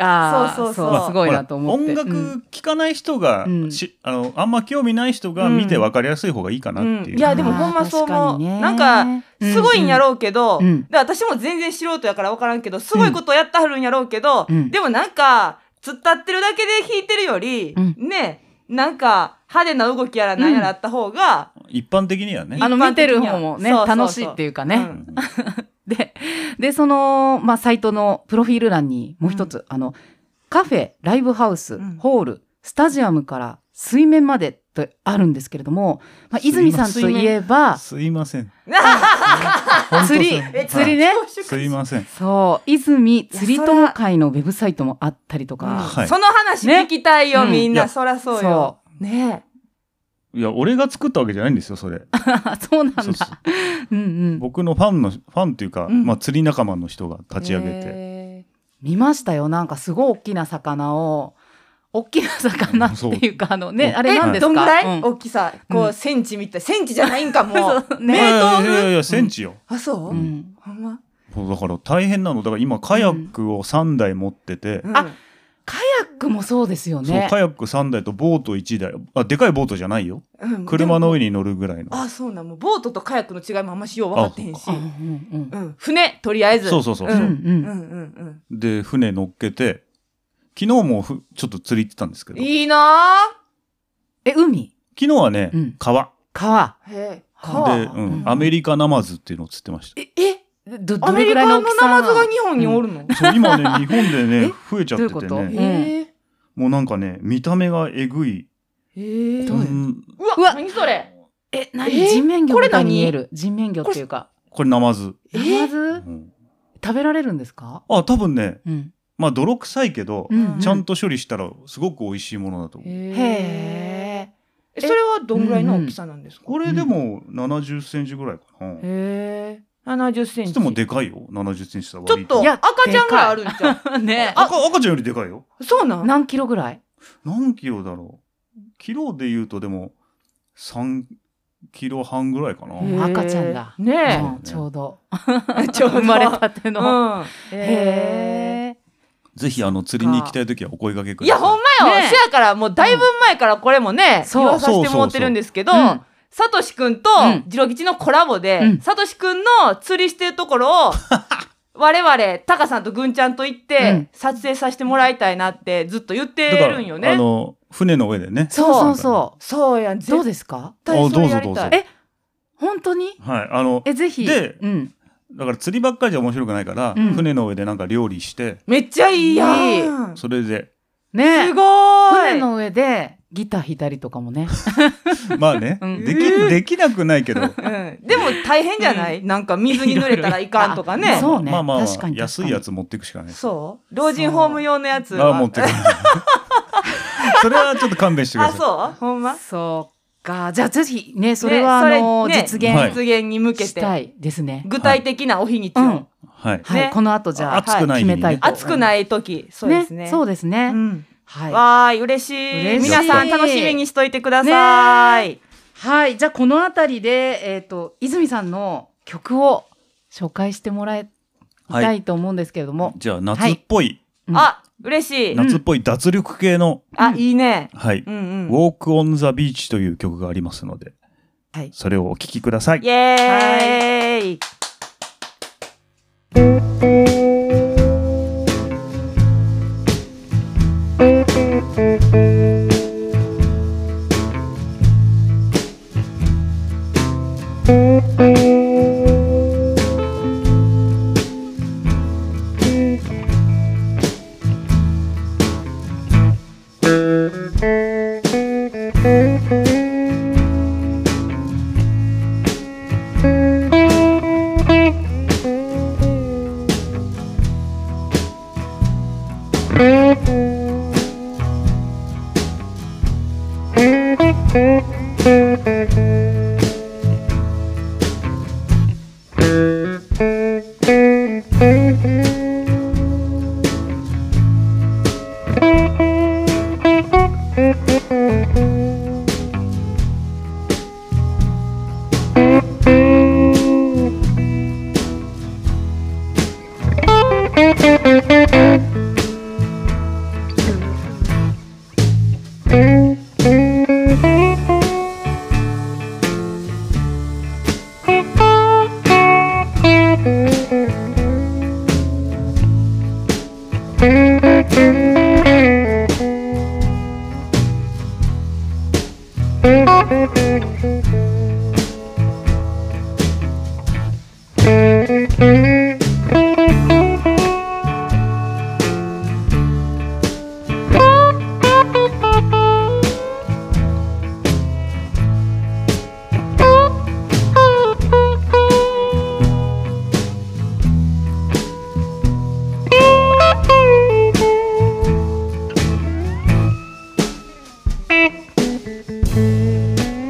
A: あー
B: そうそうそう
A: すごいなと思って。
C: 音
A: うん
C: 楽聴かない人が、
A: うん
C: しあのあんま興味ない人が見て分かりやすい方がいいかなっていう、
B: うんいやでもほんまそう思う
A: あー確かにね
B: なんかすごいんやろうけど、
A: うん
B: で私も全然素人やから分からんけど、すごいことやってはるんやろうけど、
A: うん
B: でもなんか、突っ立ってるだけで弾いてるより、
A: うん
B: ね、なんか、派手な動きやらなんやらあった方が、
C: 一般的にはね
A: あの、見てる方もね、
B: 一般的には
A: 楽しいっていうかね。
B: そうそうそう
C: うん
A: で、で、その、まあ、サイトのプロフィール欄にもう一つ、あの、カフェ、ライブハウス、
B: うん
A: ホール、スタジアムから水面までってあるんですけれども、まあ、
C: 水面
A: 泉さんといえば、
C: すいません 本当す
A: 釣り
C: はい、
A: 釣りね。
C: すいません
A: そう、泉釣り友会のウェブサイトもあったりとか、
C: はい
B: その話聞きたいよ、
A: ね
B: みん
C: う
B: なんそらそうよ
A: そ
B: ね
C: いや、俺が作ったわけじゃないんですよ、それ。
A: あそう なんだ
C: そうそう
A: うんうん
C: 僕のファンの、ファンっていうか、
A: うん
C: まあ、釣り仲間の人が立ち上げて。
A: へー見ましたよなんかすごい大きな魚を大きな魚
C: う
A: っ
C: ん
A: て
C: そう
A: いうかあのね
C: うん
A: あれ
B: え
A: なんですか
B: どんぐらい、
A: うん
B: 大きさこ
A: う
B: うセンチみたいセンチじゃないんかも う
A: そう
B: え
A: ね、
B: ー
C: あ
B: 豆腐
C: いやいやいや、センチよ。
B: あそう、
A: うん、
B: ほんま、
C: もうだから大変なの。だから今、カヤックを3台持ってて、
B: うん
A: あカヤックもそうですよ
C: そう
A: ね、
C: カヤック3台とボート1台。あ、でかいボートじゃないよ。
B: うん
C: 車の上
B: に
C: に乗るぐらいの。
B: あそうなんもうボートとカヤックの違いもあんましよう分かってへんし
A: うんうん
B: うん、船とりあえず
C: そうそうそう
A: うんう
C: そ
B: ん
A: ん
B: う
A: うん
B: んうん
C: で、船乗っけて、昨日もふちょっと釣り行ってたんですけ
B: うん
C: ど、
B: いいな
A: え海
C: 昨日はね、
A: うん
C: 川。
A: 川
B: ーへえ
A: 川
C: で、うん、アメリカナマズっていうのを釣ってました。
B: ええ
A: ど
B: ア
A: ど
B: メ
A: れ
B: リ
A: ぐらいの大
B: カの
A: き
B: ナ
A: さ
B: マズが日本におるの、
C: そう今ね、 日本でね、増えちゃって
A: どう
C: て
A: いうこと
C: ね、
B: ええ
C: もうなんかね、見た目がえぐい。
B: ええ
A: どういう
C: うん
B: うわ
A: うわ
B: 何それ
A: え
B: え
A: 何人面魚
B: これ
A: みたい
B: 何
A: に見える人面魚っていうか
C: これナマズ。
B: え
A: ナマ
C: う
A: ズ
C: ん
A: 食べられるんですか
C: あ、多分ね、
A: うん
C: まあ泥臭いけど、
A: うんうん
C: ちゃんと処理したらすごく美味しいものだと思う。
A: へー
B: えそれはどんぐらいの大きさなんですか、
C: これでも70センチぐらいかな。つ
B: へえ70セン
C: っ
B: チ
C: てもでかいよ、70センチだ
B: ちょっと
A: いや
B: 赤ちゃんぐらいあるんじゃん
A: ね
B: あ
C: 赤赤ちゃんよりでかいよ。
B: そうなん
A: 何キロぐらい
C: 何キロだろうキロで言うとでも3キロ半ぐらいかな、
B: へえ
A: 赤ちゃんだ
B: ね
A: うんちょうど
B: え ちょ
A: 生まれたての
B: うんへえ
A: へえ
C: ぜひあの釣りに行きたい時はお声掛けく
B: い
C: だ
B: や
C: さい
B: ほんまよ、
A: ねえ
B: せやからもうだいぶ前からこれもね、
A: そう
B: 言わさせてもらってるんですけど、
A: うん
B: さとしくんと
A: うん
B: ジロ吉のコラボで、
A: うん
B: さとしくんの釣りしてると ころを我々タカさんとぐんちゃんと行っ
A: う
B: て
A: ん
B: 撮影させてもらいたいなってずっと言って
C: だから
B: るんよね。
C: あの船の上でね
A: そうそうそ
B: そうやん
A: うどう
B: 絶
A: ですか
B: 対それや
C: あど
B: り
C: うぞどうぞ
B: たい。
A: え本当に
C: はいあの
A: えぜひ
C: で
A: うん
C: だから釣りばっかりじゃ面白くないから、
A: うん
C: 船の上でなんか料理して
B: めっちゃいいや
A: いい
B: ん。す
C: それで
A: ね
B: ごーい。
A: 船の上でギター弾いたりとかもね
C: ま あね、
A: うん
C: できできなくないけど、
B: うん、でも大変じゃない、なんか水に濡れたらいかんとか
A: いろい
B: ね
A: ろ。 そうね
C: まあまあ
A: 確かに
C: 安いやつ持っていくしかない
B: そう老人ホーム用のやつ
C: あ
B: は
C: あ 持ってくそれはちょっと勘弁してくだ
B: あ
C: さい
B: そうほんま
A: そうかじゃあぜひねそれはあ
B: ね
A: の
B: それね
A: 実
C: はい
A: 現
B: 実現に向け、
A: してたいですね
B: 具体的なお日にちを、
A: うん
C: はい
A: は
B: ね
A: いこの後じゃあ
C: 暑くな
A: 決
C: い日にね
A: めたいと
B: 暑くない時、そうですね
A: そうですね
B: うん
A: はい
B: わーい嬉しい
A: 嬉
C: しい
B: 皆さん楽しみにしといてください、
A: はいじゃあこのあたりでえっと泉さんの曲を紹介してもらい
C: はい
A: たいと思うんですけれども
C: じゃあ夏っぽい、
A: うん
B: あ嬉しい、
A: うん
C: 夏っぽい脱力系の、
B: あいいね
C: はい、
B: うんうん
C: ウォークオンザビーチという曲がありますので、
A: はい
C: それをお聴きください
B: イ。エーイ
D: 「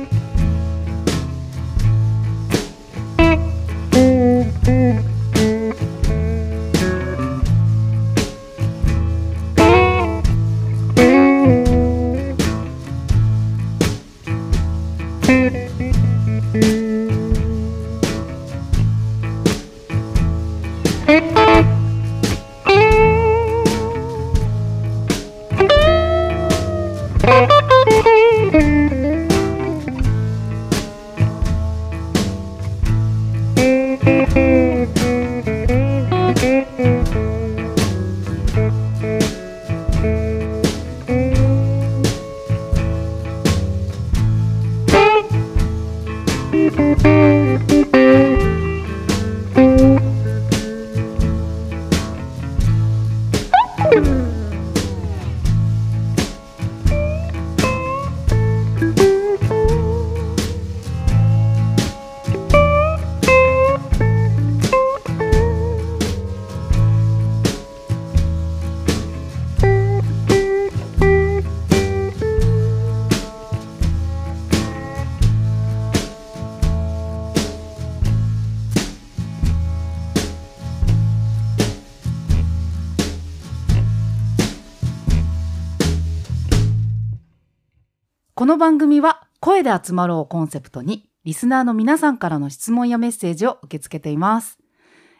A: この番組は声で集まろうをコンセプトにリスナーの皆さんからの質問やメッセージを受け付けています。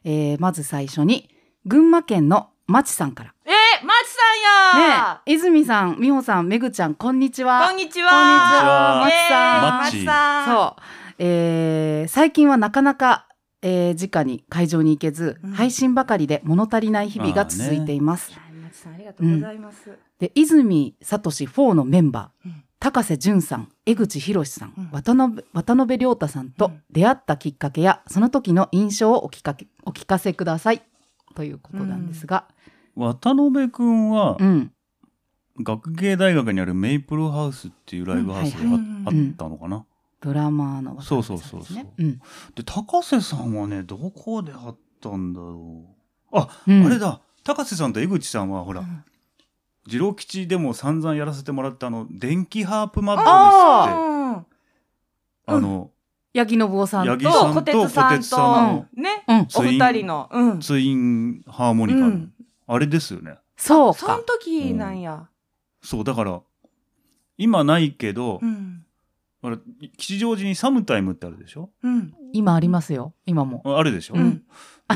A: えーまず最初に群馬県のまちさんから。
B: えー、マチさんや
A: ねえ、泉さん、美穂さん、めぐちゃん、こんにち
B: こ
A: は
B: ん。にち
C: は
B: は。
A: こんにちは
C: マ
B: えーマチ
C: チさん
B: さん。
A: そう、えー最近はなかなか、えー直に会場に行けず、
B: うん
A: 配信ばかりで物足りない日々が続いています。
B: マチさんありがとうございます。
A: で泉聡4のメンバー、
B: うん
A: 高瀬淳さん江口博さん、
B: うん
A: 渡辺渡辺亮太さん
B: う
A: と
B: ん
A: 出会ったきっかけや、その時の印象をお聞かけお聞かせくださいということなんですが、
C: 渡辺くんは、
A: うん
C: 学芸大学にあるメイプルハウスっていうライブハウスがあ,、
B: うんはいはい
C: あったのかな、
A: ドラマーの渡
C: そうそう
A: 辺さ
C: そ
A: ん
C: う
A: です
C: そう、
A: ね。うん
C: で高瀬さんはねどこで会ったんだろうあ、
A: うん
C: あれだ高瀬さんと江口さんはほら、
B: うん
C: 二郎吉でも散々やらせてもらったあの電気ハープマット
A: あ
C: ですって
B: うん
C: あの、
A: 八木信夫さんと
C: 八木さんと
B: と
C: 小
B: 小
C: 鉄
B: 鉄
C: さ
B: さ
C: ん
B: ん
C: の
B: とね、
A: うん、
B: お二人の。うん。
C: ツインハーモニカの、
B: うん
C: あれですよね
A: そう
B: その
A: か
B: 時なんや。
C: そうだから今ないけど、
B: うん。
C: ほら吉祥寺にサムタイムってあるでしょ
B: うん。
A: 今ありますよ今も。
C: あるでしょ、
B: う
C: で
B: ん。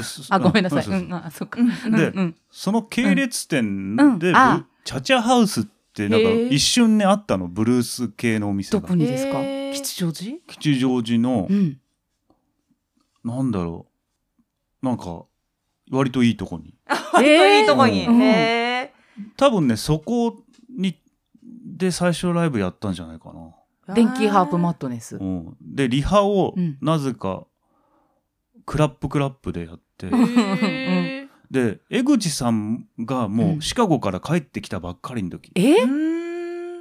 C: そ
A: あごめんなさい。
C: そううそうそうん
A: あそっか。
B: うん
C: で
A: うん
C: その系列店で、
A: うんうん
C: ブ
A: あ
C: チャチャハウスってなんか
B: へー
C: 一瞬ねあったのブルース系のお店
A: ど
C: が
A: こにですか
B: へー
A: 吉祥寺？
C: 吉祥寺の
A: うん。
C: なんだろうなんか割といいとこに
B: 本当いいとこに。
A: えー
B: へ
C: 多分ねそこにで最初ライブやったんじゃないか
B: ー
C: な、
A: 電気ハープマットネス
C: う。ん、でリハを
A: うん
C: なぜかクラップクラップでやって、
A: ん
B: へ
C: で江口さんがも
A: うん
C: うシカゴから帰ってきたばっかりの時、
A: え
B: ーうん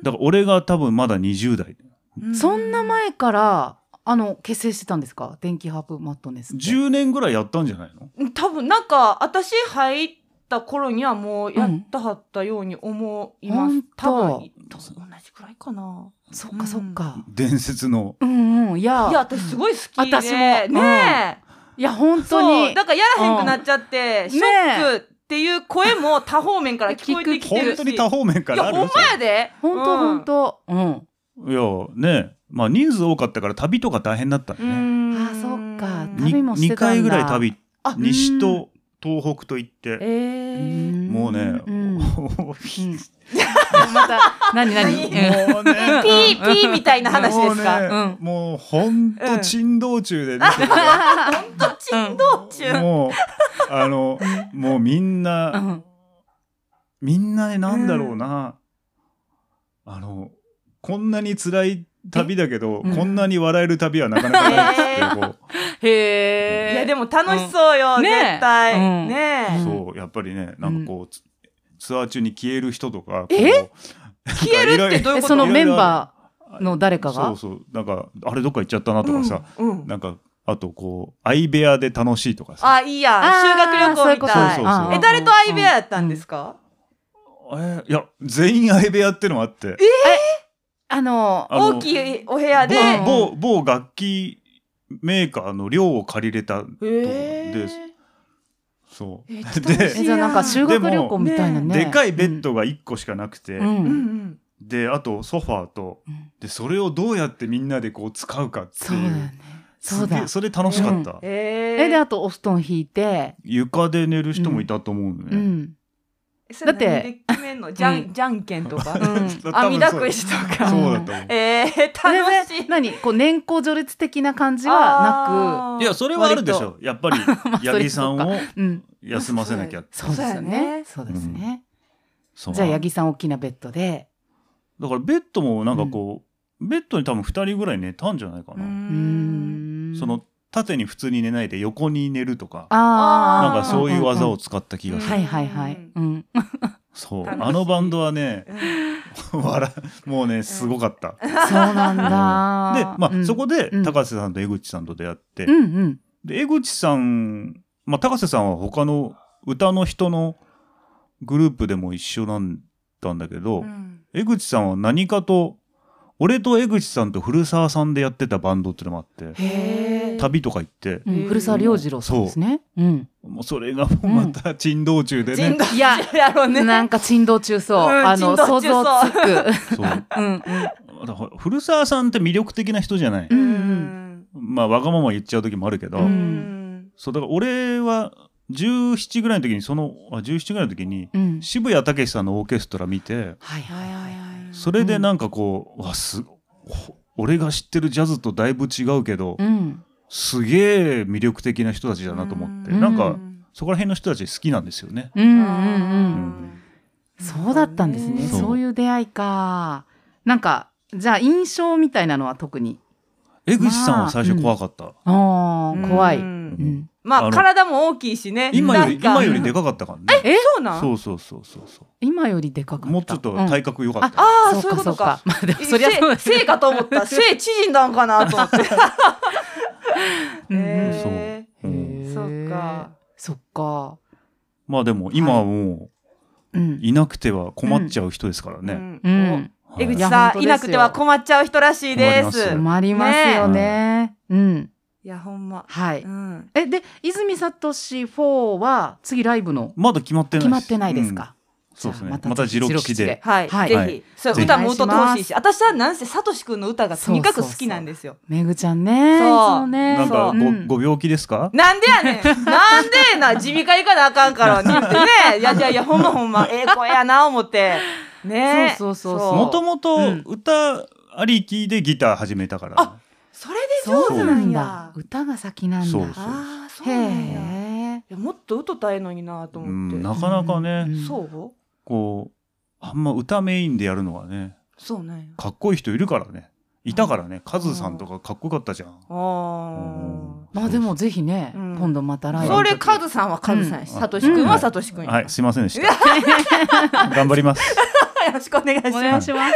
C: だから俺が多分まだ20代
B: う
A: そんな前からあの結成してたんですか電気ハープマットネスって
C: 10年ぐらいやったんじゃないの
B: 多分なんか私入った頃にはもうやったはったように思います、
A: うん
B: 多
A: ほん
B: 分
A: と
B: 多分同じくらいかな
A: そっかそっか、
C: 伝説の
A: うん、うんいや
B: いや私す
A: い
B: ごい好きで
A: 私も
B: ね
A: うん
B: え、
A: いや本当
B: そう
A: に
B: だからやらへんくなっちゃって、
A: ん
B: ショックっていう声も多方面から聞こえてきて
C: 本
B: るし
C: 当に多方面からあ
B: いや
C: る
B: ほんまやで
A: 本当本当うん、
C: いやねまあ人数多かったから旅とか大変だった
B: う
C: ね、
B: ん
A: あそっか
B: うん
A: 旅もしてたんだ
C: 2回ぐらい旅
A: あ
C: 西と東北と行って
B: えー
C: もうね、
A: うん
C: もう
A: うんまた何何うん
B: ピ
C: ね
B: ーピーみたいな話ですか、
A: う
C: もうねもうほんと珍道中でね、
B: どっち道中、
C: もうあのもうみんな、
A: うん
C: みんなねなんだろうな、あのこんなに辛い旅だけど、
A: えうん
C: こんなに笑える旅はなかなかないっつってこう
A: へえ
B: いやでも楽しそうよ、
A: うんねえ
B: 絶対、
A: うん
B: ねえ、
A: うん
C: そうやっぱりねなんかこう、つツアー中に消える人とか
A: え
C: こう
B: 消えるってどういう
A: え
B: こと
A: そのメンバ
C: な
A: ーの誰かが
C: そうそうなんかあれどっか行っちゃったなとかさ、
B: うんうん
C: なんかあとこう相部屋で楽しいとかさ
B: あいいやん修学
A: あー
B: 旅行みたい
C: そういうことそうそうそう
B: え誰と相部屋やったんですか、
C: えーいや全員相部屋ってのもあって
A: あの
C: あの
B: 大きいお部屋で、
A: ね
C: 某某某楽器メーカーの寮を借りれた
B: え
C: で
B: ー
C: そう、
B: えー
C: で
B: 楽しい
A: えじゃあなんか修学旅行みたいなね
C: でかいベッドが1個しかなくて、
A: うん、う
B: うん
A: ん
B: うん
C: であとソファーと
A: うん
C: でそれをどうやってみんなでこう使うかって
A: そう
C: い
A: だよ
C: う
A: ねそう
C: すげ
A: だ
C: えそれ楽しかった、
B: え
A: えで
B: ー
A: あとお布団引いて、
C: 床で寝る人もいたと思う
A: う
C: の ね、
A: ん、
B: それ
A: だって
B: 何で決めんのじゃ
A: うん
B: じゃんけんとか
A: うん
C: 多分そう
B: 網だくじと
A: うん
B: か
C: そうだと思う、
B: えー楽し
A: 全
B: い
A: 然何こう年功序列的な感じは
B: あー
C: いやそれはあるでしょやっぱり
A: それ
C: 八木さんを
A: なく、うん、
C: 休ませなきゃ
A: そうですよねそうですね、
C: そう
A: じゃあ八木さん大きなベッドで
C: だからベッドもなんかこう、ベッドに多分2人ぐらい寝たんじゃないか
B: うー
C: な、
A: うんーん
C: その縦に普通に寝ないで横に寝るとか
A: あ
C: な
A: ー
C: んかそういう技
A: ん
C: を使った気がする、
A: はいはいはい、うん、
C: そう
B: 楽しい
C: あのバンドはね
B: うん
C: 笑もうねすごかった、
A: そうなんだ
C: でまあ、
A: うん
C: そこで
A: うん
C: 高瀬さんと江口さんと出会って、
A: うんうん
C: で江口さん、まあ、高瀬さんは他の歌の人のグループでも一緒なんだんだけど、
B: うん
C: 江口さんは何かと俺と江口さんと古澤さんでやってたバンドってのもあって
B: へー
C: 旅とか行って
A: うん、古澤良次郎さんですね。うん、
C: もうそれがもうまた珍道中で
B: 人
C: ね、
B: 道
A: いや
B: やろうね
A: なんか珍道中そう、
B: うん
A: あの
B: 珍道
A: 想
B: 中そう
A: 像つく。
C: そうだか
A: うん
C: ら古澤さんって魅力的な人じゃない、
A: うん
C: まあわがまま言っちゃう時もあるけど、
A: うん
B: うん
C: そうだから俺は17ぐらいの時にそのあ17ぐらいの時に
A: うん。うん。
C: 渋谷武さんのオーケストラ見て
A: はいはいはいはい。
C: それでなんかこう、わすほ俺が知ってるジャズとだいぶ違うけど、
A: うん。
C: すげえ魅力的な人たちだなと思って、
A: うん
C: なん
A: う
C: かそこら辺の人たち好きなんですよね。
A: うんうんうん。そうだったんですね。
C: そう
A: そういう出会いか。なんかじゃあ印象みたいなのは特に。
C: 江口さんは最初怖かった、
A: ああ怖い。
B: う
A: うんん。
B: ま
C: あ
B: あ
C: の
B: 体も大きいしね
C: 今よ
B: な
C: り
B: んか
C: 今よりでかかったからね
A: え
B: そうなん
C: そうそうそうそうそ
A: 今よりでかかっ
C: う
A: た。
C: もうちょっと
A: うん
C: 体格良かった、
B: ああ
A: そ
B: そううい
A: か
B: うこ
A: そう
B: とか
A: か。まあでも
B: え
A: そりゃそうだ
B: 背背かと思 った背縮んだんかなと思って
A: うんうん
C: そう
B: へ
C: う
A: うんへ
C: ん
A: ー
B: そっか。
A: そっか。
C: まあでも今はも
A: う。
C: うんいなくては困っちゃう人ですから
B: ーう
C: ね、
B: ん
A: うん。
B: お
C: はい
B: 江口
A: いや
B: さ
A: 本当です
B: んい
A: よ
B: なくては困っちゃう人らしいです
C: 困り
A: 困りますよね。うん。
B: いやほんま
A: はい。
B: うん
A: えで泉聡4は次ライブの
C: まだ決まってな
A: 決
C: いで
A: まってないですか、
C: うんそうですね
A: じゃあ
C: ま
A: また
C: たジロ吉で
A: ジ
B: はい、
A: はい
C: は
B: ぜ
C: い
B: ひ、そう
C: ぜひ
B: 歌も歌ってほしいし、私はなんせさとしくんの歌がとにかく好きなんですよ。
A: めぐちゃんね
B: そう
A: いつもね
C: なんか
B: そう
C: ご,、
A: うん
C: ご病気ですか
B: なんでやねんなんでやな耳鼻科行かなあかんからって 言ってね。いやいやいや、ほんまほんま、ええ声やな、思って。ね
A: そうそうそう
C: もともと
A: うん
C: 歌ありきでギター始めたから、
B: あそれで上
A: そう
B: 手
A: な
B: なんん
A: だ
B: や。
A: 歌が先なんだ
C: そうそう
B: ああ、そう
A: へ
B: なんや。い
A: え
B: やもっと歌ったええのになと
C: う
B: 思って。
C: ん、なかなかね、
A: うん
B: そう
C: こうあんま歌メインでやるのはね
B: そうなんや。
C: かっこいい人いるからねいたからねカズさんとかかっこよかったじゃん。
B: あ
C: うん
A: まあでもぜひね、
B: うん
A: 今度またライ
B: ー
A: ブ
B: それカズさんはカズさんやし、さとしくんはさとしくんや。
C: はい、すいませんで した。頑張ります。
B: よろしくお願いし
A: お願
B: ま
A: い
B: す。
A: します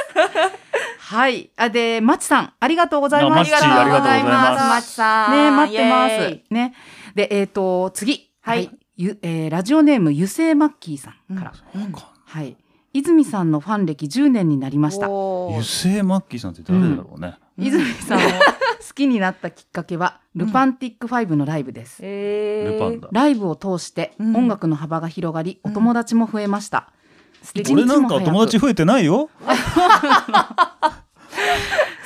A: はいあでまちさんありがとうございま
C: あ
A: す
C: まちありがとうございます
B: マチさん。
A: ね待ってま
B: イエー
A: す
B: イ。
A: ねでえっ、と次
B: はい
A: ゆえーラジオネーム油性マッキーさんから、
B: うん
A: はい泉さんのファン歴10年になりました
B: おー
C: 油性マッキーさんって誰だろうね。
B: うん
A: 泉さんを好きになったきっかけはルパンティック5のライブです、
B: えー
C: ルパンだ。
A: ライブを通して
B: うん
A: 音楽の幅が広がり、お友達も増えました、一日も
C: 俺なんか
A: 早く
C: 友達増えてないよ。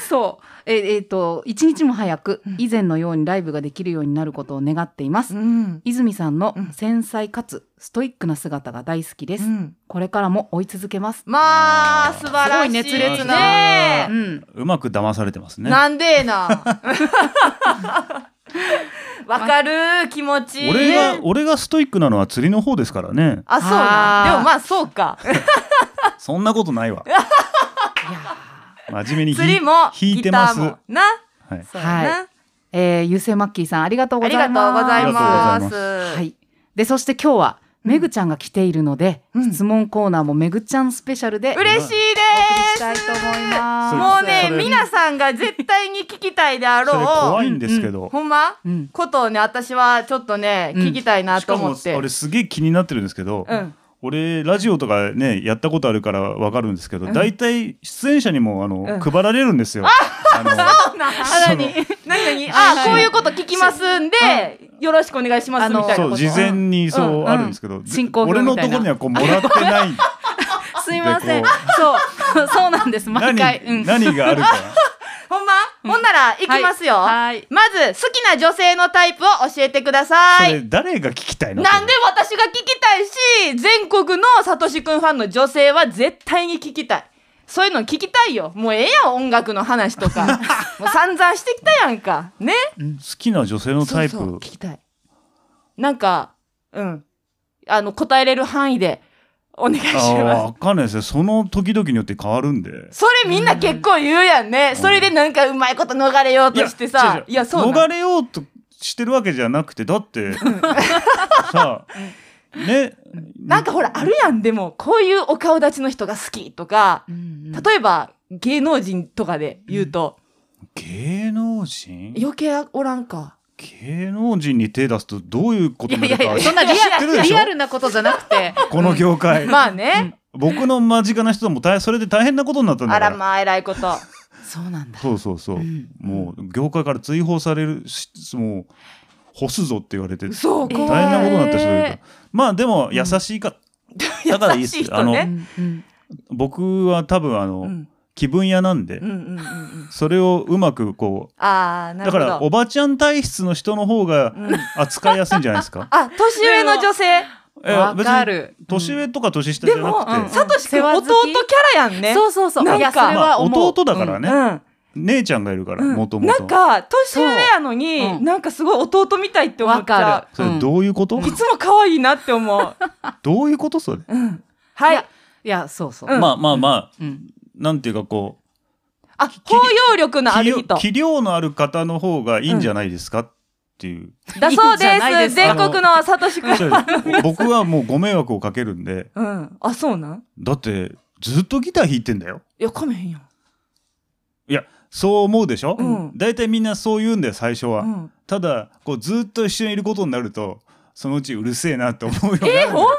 A: そうえーえーと一日も早く以前のようにライブができるようになることを願っています、
B: うん。
A: 泉さんの
B: うん
A: 繊細かつストイックな姿が大好きです、
B: うん
A: これからも追い続けます
B: まあ、素晴らしい。
A: すごい熱烈な
B: ね
A: う
B: え
A: ん
C: うまく騙されてますね。
B: なんでえ な。わかる気持ち。
C: 俺が俺がストイックなのは釣りの方ですからね。
B: あ、そうな
A: あー
B: ん。でもまあ、そうか。
C: そんなことない わ。
A: いや
C: 真面目にひ
B: 釣りも、
C: 引い
B: ギ
C: て
B: タ
C: ます。
B: ー
C: は
B: も。な。
C: い。
B: そう
A: ー
B: や
A: えー、ゆうせいマッキーさんありがとう
B: な。あ
A: ござ
B: り
A: いま
B: が
A: す
B: とうござい
C: ありがとう
B: ま。
C: ございます
A: はい。で、そして今日は、めぐちゃんが来ているので、
B: うん
A: 質問コーナーもめぐちゃんスペシャルで、お送り
B: 嬉しいで
A: したいと思い
C: そ
A: ます。
C: れ
B: す。もうね、
C: それ
B: 皆さんが絶対に聞きたいであ
C: それ怖
B: ろ
C: いんですけど
B: う。。ほんま
A: うん。
B: ことをね、私はちょっとね、
A: うん
B: 聞きたいな
C: し
B: と
C: かも
B: 思って。
C: 俺すげえ気になってるんですけど、
B: うん。
C: 俺ラジオとかねやったことあるからわかるんですけど、
B: うん
C: 大体出演者にもあの、
B: うん
C: 配られるんですよ。あ
B: な
C: のその
B: 何何
A: はいは
B: あ
A: い
B: こういうこと聞きますんでよろしくお願いします
A: あ
B: み
A: の
B: たいな
C: そ
B: こ
C: う
B: と
C: 事前にそう、
A: うん
C: あるんですけど、
A: 進行表
C: 俺
A: みたいな
C: のところにはこうもらってない
A: すいません。
C: で
A: そう。 そうなんです。毎回。うん
C: 何、何があ るか。
B: ほんま、ほんなら行きますよ、
A: はい。
B: まず好きな女性のタイプを教えてくだ
C: そ
B: さい
C: れ誰が聞きたいの？
B: なんで私が聞きたいし全国のさとしくんファンの女性は絶対に聞きたいそういうの聞きたいよもうええやん音楽の話と かもう散々してきたやんかね
C: 好きな女性のタイプ。
B: そうそう聞きたいなんかうんあの答えれる範囲でお願いし
C: ああ
B: ます
C: わかんないですね。その時々によって変わるんで。
B: それみんな結構言うやんね、
C: ん
B: それでなんかうまいこと逃れようとしてさいやそうなん
C: 逃れようとしてるわけじゃなくて、だってさあね。
B: なんかほらあるやんでもこういうお顔立ちの人が好きとか例えば芸能人とかで言うと、
C: 芸能人？
B: 余計おらんか
C: 芸能人に手出すとどういうことになる
A: いやいや
C: か
A: いやそんなリ
C: 知ってる
A: ア
C: でし
A: リ
C: ょ
A: アルなことじゃなくて。
C: この業界、
B: まあね、
C: 僕の間近な人も大それで大変なことになったんだ
B: あ
C: から
B: らまあえらいこと
A: そうなんだ。
C: そうそうそう、
A: ん
C: もう業界から追放されるしもう干すぞって言われて大
B: そう
A: え
B: こ
A: ー
C: 変
B: う
C: なことになった人がいるから、まあでも優しいか、 だからいいっす
B: 優しい人ね
C: あの僕は多分あの、
B: ん
C: 気分屋なんで、
B: うんうんうんうん
C: それをうまくこ
B: ああ
C: う
B: なる
C: だか
B: ほど
C: らおばちゃん体質の人の方が
B: うん
C: 扱いやすいんじゃないで すか
B: あ年上の女性
C: え
A: わか
C: 別に
A: る。
C: 年上とか年下じ
B: で
C: ゃな
B: も
C: くて、
A: うん
B: さとしく
A: 世
B: ん
A: 話
B: 弟
A: 好き
B: キャラやんね
A: そうそうそう。
B: なんか
A: いやそれ
C: まあ
A: は思う。
C: 弟だからね、
B: うん
C: 姉ちゃんがいるから
B: うん
C: もとも
B: な
C: と
B: んか年上やのに、
A: そううん
B: なんかすごい弟みたいって思っち
A: わ
B: ゃ
A: か
C: それどういうこと、
B: ういつも可愛いなって思う、
C: どういうことそれ、
B: うん、
A: うん
B: はいい
A: やいやそうそうう。
B: ん
C: まあまあまあ
A: うん。
C: なんていうかこう
B: あ包容力のある
C: 器量
B: 人
C: 器量のある方の方がいいんじゃないですかっていう、
B: だそう
A: いいじ
B: で
A: ゃないですす
B: 全国のさとしくん
C: それ僕はもうご迷惑をかけるんで
B: うんあそうなん
C: だってずっとギター弾いてんだよ
B: いやかめへんやん
C: そう思うでしょ、
B: うん
C: 大体みんなそう言うんだよ最初は、
B: うん
C: ただこうずっと一緒にいることになるとそのうちうるせえなって思うようになる、
B: えほんまだ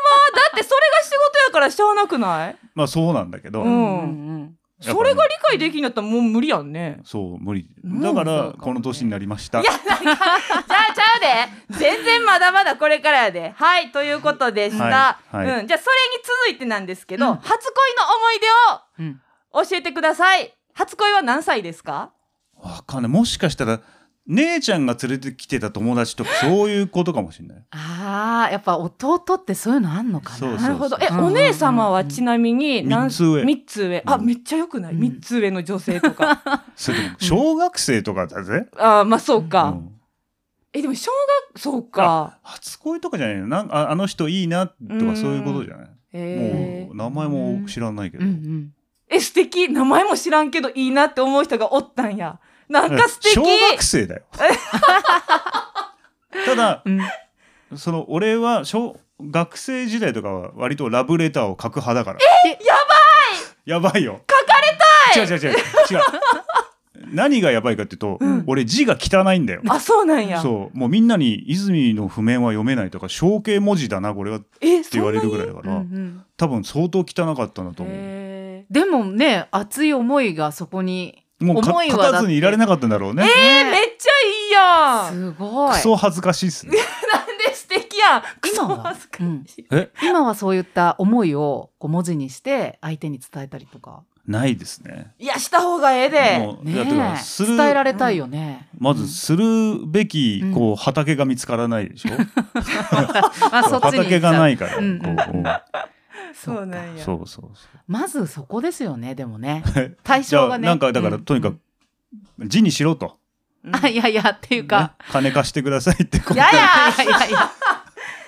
B: ってそれが仕事やからしゃあなくない
C: まあそうなんだけど、
B: うん
A: うん
C: やっぱ
B: それが理解できんやったらもう無理やんね
C: そう無理
B: うん
C: だ
B: そう
C: から
B: かもね
C: この年になりました
B: じゃあちゃうで全然まだまだこれからやではいということでした、
C: はいはい
B: うん、じゃあそれに続いてなんですけど、
A: うん
B: 初恋の
A: うんうん。
B: 思い出を教えてください初恋は何歳ですか
C: わかんないもしかしたら姉ちゃんが連れてきてた友達とかそういうことかもしれない
A: ああやっぱ弟ってそういうのあんのか
C: そう
A: な。
B: なるほどえ、
A: うんうんうん
B: お姉様はちなみに
C: 三つ上
B: 3つ上あ
C: うん
B: めっちゃよくない、
A: うん
B: 三3つ上の女性と か
C: それとも小学生とかだぜ、
B: あーまあそう
C: う
B: か、
C: ん
B: えでも小学そうか
C: 初恋とかじゃないのなんああの人いいなと
B: うん
C: かそういうことじゃない、
B: え
C: もう名前も知らないけど、
A: うんうん。
B: え素敵名前も知らんけどいいなって思う人がおったんやなんか素敵
C: 小学生だよただ
A: うん
C: その俺は小学生時代とかは割とラブレターを書く派だから
A: え
C: やばいよ書かれたい違う違う違う違う何がやばいかっていうと、
B: うん
C: 俺字が汚いんだよ
B: あそうなんや
C: そうもうみんなに「泉の譜面は読めない」とか「象形文字だなこれは」って
B: えそ
C: 言わ
B: ん
C: れ
B: な
C: る
B: に
C: ぐらいだか
A: うん
C: ら、
A: うん。
C: 多分相当汚かったんだと思う
B: へ
A: でもね熱い思いがそこに。
C: もうか
A: 思いはだって
C: 勝たずにいられなかったんだろうね、
B: ええめっちゃいいやん
A: すごい
C: ク。ソ恥ずかしいっすね
B: なんで素敵やんクソ
A: 今は
B: 恥ずかしい、
C: え
A: 今はそういった思いをこう文字にして相手に伝えたりとか、
C: ないですね
B: いやした方がええで
C: もういや
A: ね
C: てか
A: え、
C: する
A: 伝えられたいよね。
C: まずするべき
A: うん
C: こう畑が見つからないでしょ、
A: うん、あそっちに行っちゃ
C: 畑
A: う
C: がないから、
A: うん
C: こううん
A: そう
B: そうなんや
C: そうそうそ
A: まずそこですよねでもね
C: う
A: 対
C: じゃ
A: 象
C: あ
A: がね
C: なんかだから
A: うん
C: とにかく字にしろと、
B: うん
A: あいやいやっていうか、
C: ね金貸してくださいってこと
B: やや
A: いやいやいや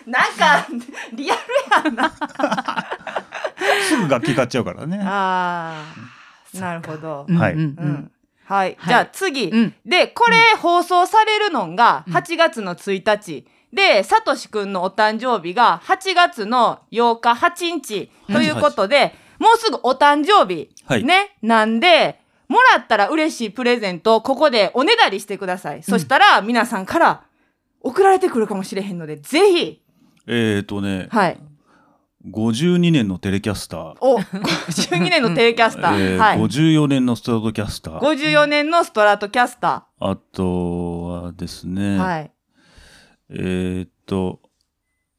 B: なんかリアル
C: すぐ楽器買っちゃうからね
B: あーなるほど
A: うん
C: はい
A: うん
B: うん、はい、
A: はい
B: じゃあ次、
A: うん
B: でこれ放送されるのが
A: うん
B: 8月の1日、でさとしくんのお誕生日が8月の8日8日ということで、もうすぐお誕生日、
C: はい
B: ねなんでもらったら嬉しいプレゼントをここでおねだりしてください、そしたら皆さんから送られてくるかもしれへんのでぜひ
C: えっ、ー、とね、
B: はい
C: 52年のテレキャスター
B: お12年のテレキャスター、
C: えー
B: はい、
C: 54年のストラトキャスター
B: 54年のストラトキャスタ
C: あとはです
B: ー、
C: ね、
B: はい
C: えーっと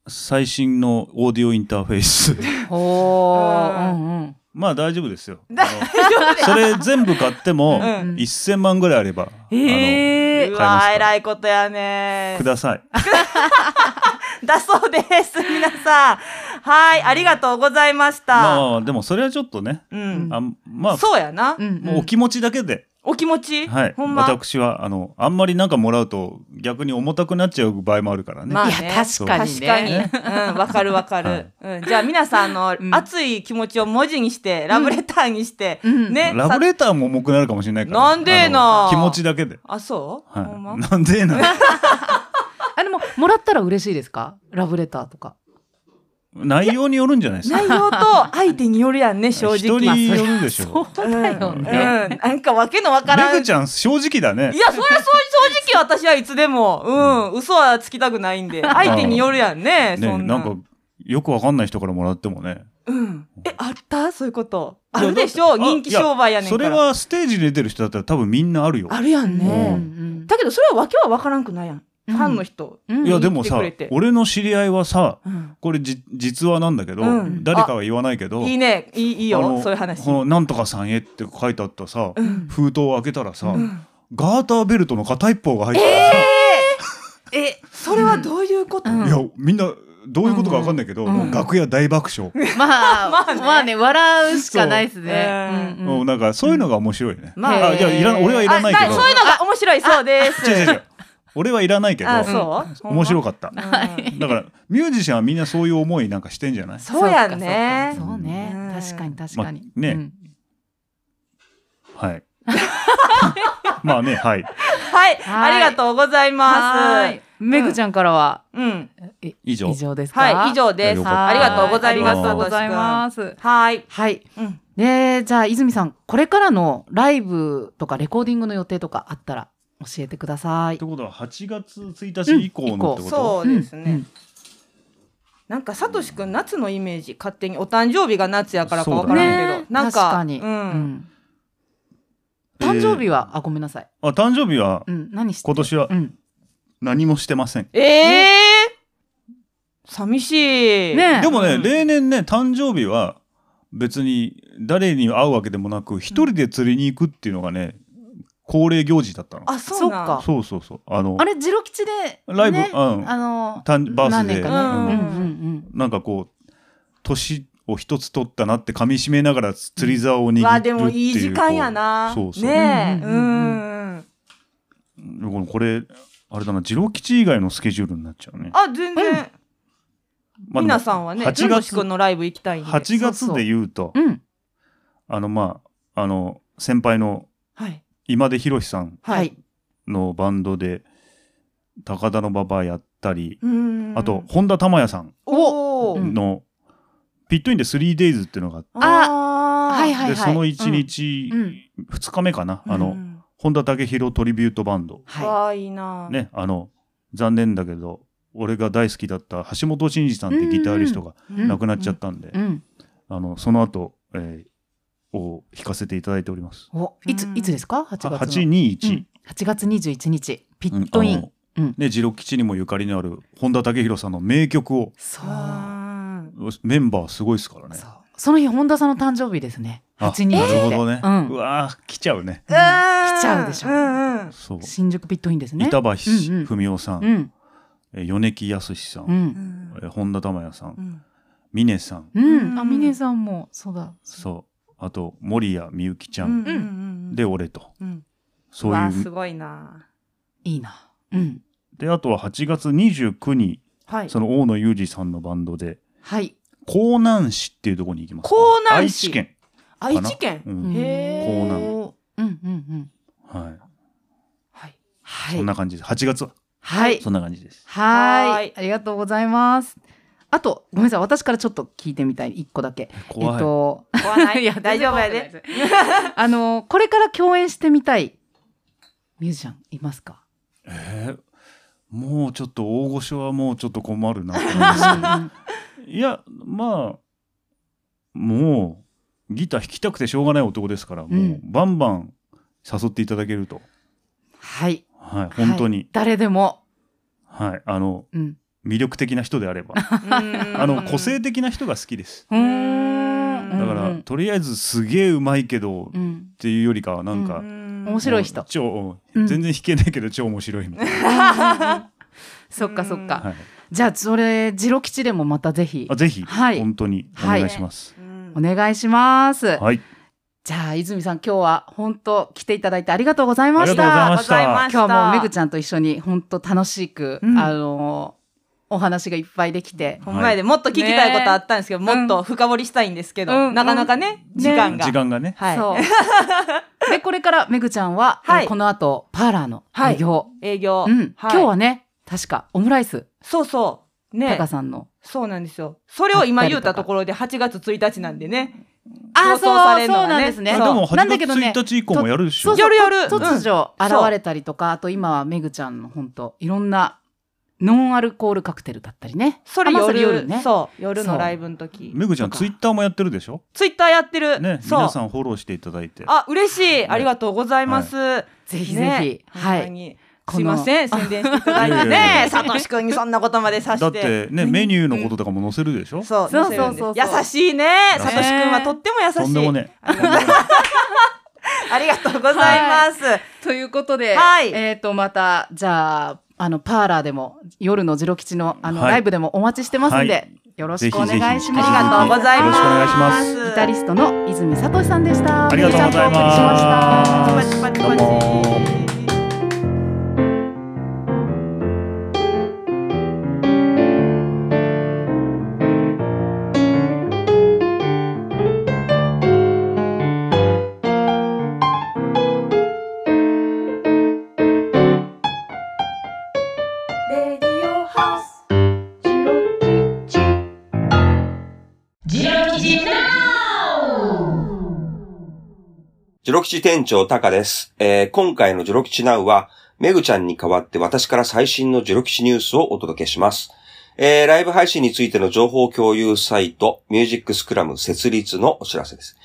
C: 最新のオーディオインターフェース
A: おー
B: う
A: うんうん
C: まあ大丈夫で すよ。あ
B: 大
C: のそれ全部買って
B: う
C: も
B: ん
C: 1000万ぐらいあれば、あ
B: ええ
C: 買います
B: う
C: か
B: わ
C: ら
B: えらいことや
C: の
B: ね
C: ください。
B: だそうです 皆さんはいありがとうございました、
C: まあまあまあでもそれはちょっとね、
B: うん
C: あんまあ、
B: そうやな、
A: うんうん
C: もうお気持ちだけで、
B: お気持ち、
C: はい、
B: ほんま
C: 私はあのあんまりなんかもらうと逆に重たくなっちゃう場合もあるからね。
B: まあ
A: い
B: ね
A: や確かに
B: 確かに、
A: ね。
B: うん、わかるわかる、
C: はい
B: うん、じゃあ皆さんあの、
A: うん
B: 熱い気持ちを文字にしてラブレターにして、
A: うん
B: ね
C: ラブレターも重くなるかもしれないから。
B: なんでえな
C: あの気持ちだけで。
B: あそう、
C: はい
B: ほんま
C: なんで えな。
A: あでももらったら嬉しいですか？ラブレターとか。
C: 内容によるんじゃないですか。
B: 内容と相手によるやんね正直
C: 人によるでしょう。
A: そうだよ
B: うん、
A: ね。
B: なんかわけのわから
C: め
B: ん
C: ぐちゃん正直だね
B: い。や、それそう正直私はいつでも、うん、嘘はつきたくないんで、相手によるやんね、
C: ね
B: そんな。
C: なんかよくわかんない人からもらってもね。
B: うん。え、あったそういうこと。あるでしょ
C: いや
B: 人気商売やねんか
C: そ
B: ら。
C: れはステージに出てる人だったら多分みんなあるよ。
B: あるやん
A: うん
C: う
B: ね。
A: うん
B: だけど、それは訳は分からんくないやん。ファンの人。
A: うん
C: いやでも
B: 言
C: さ
B: ってくれて、
C: 俺の知り合いはさ、
B: うん
C: これじ実話なんだけど、
B: うん
C: 誰かは言わないけど、
B: いいね。いいいい
C: あ
B: よ。
C: の
B: そういう話。
C: このなんとかさんへって書いてあったさ、
B: うん
C: 封筒を開けたらさ、
B: ん
C: ガーターベルトの片一方が入っててさ、
B: え、それはどういうこと
A: うん
C: いやみんなどういうことかわかんないけど、
B: うん
C: もう楽屋大爆笑、
A: まあ
B: まあね
A: まあね笑うしかないですね。う
B: そう
A: ん
C: も
A: う
C: うんなんかそういうのが面白いね、
B: ま
A: あ
C: あじゃあいら俺はい
B: あ
C: らないけど
B: そういうのが面白いそうです。
C: 違う違う違う俺はいらないけど
B: あ、そう
C: 面白
B: か
C: かった、
B: った。うん
C: だからミュージシャンはみんなそういう思いなんかしてんじゃない
B: そうやんね
A: そ。うかそうかそうね
B: うん。
A: 確かに確かに。
C: まね
A: うん
C: はい まあねはい
B: はい、
A: は
B: あ
A: い
B: りがとうござい
A: は
B: ま
A: ーい。めぐちゃんからは
B: す。うん、
A: え
C: 以上
A: 以上ですか？
B: はい、以上です。
C: よ
A: は
C: か
A: い
B: ありがとうございます
A: ありがとうございます。
B: はい、
A: はい。
B: うん、
A: で、じゃあ、泉さん、これからのライブとかレコーディングの予定とかあったら教えてください
C: って。ことは8月1日以降のってこと、
B: そうです
A: うんう
B: ね
A: ん。
B: なんかさとしくん夏のイメージ勝手にお誕生日が夏やからかわか
C: そうだ
B: らんけ
A: ね
B: ど、なんか
A: 確かに、
B: う
A: うん
B: ん、
A: 誕生日は、あ、ごめんなさい。
C: あ誕生日は
A: うん、何して
C: 今年は
A: うん。
C: 何もしてません、
B: ええー、寂しい。
A: ねえ
C: でもね、
B: うん
C: 例年ね誕生日は別に誰に会うわけでもなく一人で釣りに行くっていうのがね恒例行事だったの
B: あ、そう
A: そ
B: な
A: っ
B: ん。
A: か
C: そうそうそうあの
A: あれ、ジロ吉で、
C: ライブ、
A: ね、
C: うん
A: あの、
C: 誕バース
A: 何
C: デー
A: 年かね。
B: う
A: うんんうんうん。
C: なんかこう年を一つ取ったなって噛み締めながら釣り竿を握るっていう、
B: わあ、でもいい時間やな。
C: こうそうそう、
B: ねえ、
A: う
B: うんん
A: うんうん
C: でもこれあれだな次郎吉以外のスケジュールになっちゃうね
B: あ、全然、
C: まあ
B: 皆さんはね、
C: 8
B: さ
C: 月
B: としくんのライブ行きたいんで。
C: 8
A: そう
C: 月
A: そう
C: で言うと
A: うん。
C: あのまああの先輩の
B: はい。
C: 今出博さん
A: は
B: はいい。
C: のバンドで高田の馬場やったり、
B: うん
C: あと、本田珠也さん
B: おお、
A: うん
C: の、ピットインで 3days っていうのがあって、
B: あー
A: はいはい
C: でその1日、
A: うん
C: 2日目かな、あ
B: う
C: の
B: ん
C: 本田武宏トリビュートバンド、
A: は
B: わあいいな、
C: ねあの残念だけど俺が大好きだった橋本慎二さんってギタリストが
A: うん
C: 亡くなっちゃったんで、
A: い。うん。
C: あのその後、えーを弾かせていただいております。
A: お、いつ
B: う、ん
A: いつですか ?8 月の。
C: 821、
A: うん8月21日、ピットイ
C: あ
A: ン
C: の。
A: うん
C: ね、次郎吉にもゆかりのある本田武宏さんの名曲を
A: そう。
B: あ
C: メンバーすごいですからね
A: そう。その日、本田さんの誕生日ですね。
C: あ
A: 8人
C: なるほどね、
A: う
C: うんわー来ちゃうね
B: ー来
A: ちゃうでしょ
B: うんうん
C: そう
A: 新宿ピットインですね。
C: 板橋
A: うんうん
C: 文夫さん、
A: うん。
C: えー米木康さん、
A: うん
B: う。ん
C: えー本田珠也さん、
B: うん
C: 峰さん
A: うん、あ、
B: うん
A: ミネさんも、そうだ。
C: そうあと守谷美幸ちゃ、
B: うんんうん
C: で俺と
B: うん
C: そう
B: わあ
C: い
B: す
C: う
B: ごいない
A: いな。うん。
C: であとは8月29に
B: はい
C: その大野裕二さんのバンドで
A: はい。
C: 江南市っていうところに行きます
B: 江南市
C: 愛知県、
B: 愛知県
C: うん
A: うん
B: へえ
C: 江南
A: うん、うん、うん。
C: はい
B: はい
A: は
C: そん
A: い。
C: な感じです8月は
A: はい。
C: そんな感じです
A: は
B: は
A: ーい
B: い。
A: ありがとうございます。あと、ごめんなさい。私からちょっと聞いてみたい。一個だけ。
C: 怖い、
A: えっと、
B: 怖ないい
A: や
B: 大丈夫や
A: 全
B: で
A: あの、これから共演してみたいミュージシャンいますか
C: えーもうちょっと大御所はもうちょっと困るなと 思いますけど
A: う
C: いや、まあ、もう、ギター弾きたくてしょうがない男ですから、
A: う、
C: もうんバンバン誘っていただけると。
A: んはい。
C: はい、本当
A: はい
C: に。
A: 誰でも。
C: はい、あの、
A: うん。
C: 魅力的な人であれば。
B: あ
C: あの、個性的な人が好きです。
A: うーん。
B: うん
C: だから、とりあえずすげえうまいけどっ
A: うん、
C: ていうよりかはなんか、
A: 面白い人
C: もう超、
A: うん
C: 全然弾けないけど超面白いみたい な、
A: そっかそっか、
C: はい、
A: じゃあそれジロ吉でもまたぜひ
C: あぜひ、
A: はい
C: 本当にお願いします。
A: お願いします、
C: はい、
A: じゃあ泉さん今日は本当来ていただいてありがとうございまし
C: ありがとうございました
A: た
B: ございました
A: 今日はもうめぐちゃんと一緒に本当楽しく、
B: うん
A: あのお話がいっぱいできて、
B: ほんまやでもっと聞きたいことあったんですけど、
A: ね
B: もっと深掘りしたいんですけど、
A: うん
B: なかなかね、
A: うん
B: 時間が。
C: 時間がね、
B: はい。
A: そう でこれからめぐちゃんは、
B: はい
A: えーこの後パーラーの営業、
B: 営業。
A: うん
B: は
A: 今
B: い
A: 日はね確かオムライス、
B: そうそう。ね
A: タカ。さんの
B: そうなんですよ。それを今言ったところで8月1日なんでね。
A: あー
B: あ
A: そ
B: ー
A: う
B: そうされるの
A: そう
B: はね
A: なんですね
C: あ
B: そ
C: で
B: う
C: も
A: なん
C: 8
A: だけど
C: 月
A: ね
C: 1日以降もやるでし
A: そ
C: ょ
A: う。そう
B: 夜
A: と
B: 々
A: 突如
B: うんそう
A: 現れたりとか、あと今はめぐちゃんの本当いろんなノンアルコールカクテルだったりね
B: それ
A: あまあ
B: 夜、
A: 夜ね
B: そう。夜
A: そ
B: の
A: う
B: ライブの時。
C: めぐちゃん
A: とか
C: ツイッターもやってるでしょ。
B: ツイッターやってる。
C: ね、
B: そう
C: 皆さんフォローしていただいて。
B: あ、嬉しい。ありがとうございます。
A: ぜひぜひ、
B: ね
A: は
B: ほんま
A: い
B: に
A: この
B: すいま せん。宣伝していただいて
C: いやいやい
B: ね。
C: や
B: さとしくんにそんなことまでさして。
C: だってね、メニューのこととかも載せるでしょ。
B: そう、
A: そう
B: 載せるんです
A: そうそうそう
B: 優しいね。
C: 優
B: さ
C: し
B: と
C: い
B: しくんはとっても優しい。
C: とんでもね。
B: ありがとうございます。
A: ということで、
B: はい
A: えっ、と、また、じゃあ、あの、パーラーでも、夜のジロ吉の、あの、
C: はい
A: ライブでもお待ちしてますんで、
C: はい
A: よろ
C: ぜ
A: しく
C: ひ
A: お
C: ぜひ。
A: 願いします。
B: ありがとうございます
C: よろしくお願いします。
A: ギタリストの泉聡さんでした。
C: ありがとうご
A: お
C: ざい
A: 送りしました
B: パ
C: ます。
B: チ
C: ど
B: パ
C: う
B: チ
C: も。
B: パチ。
D: レディオハウスジロキチジロキチ
E: ジロキチ店長タカです。えー今回のジロキチナウは、メグちゃんに代わって私から最新のジロキチニュースをお届けします。えーライブ配信についての情報共有サイト、ミュージックスクラム設立のお知らせです。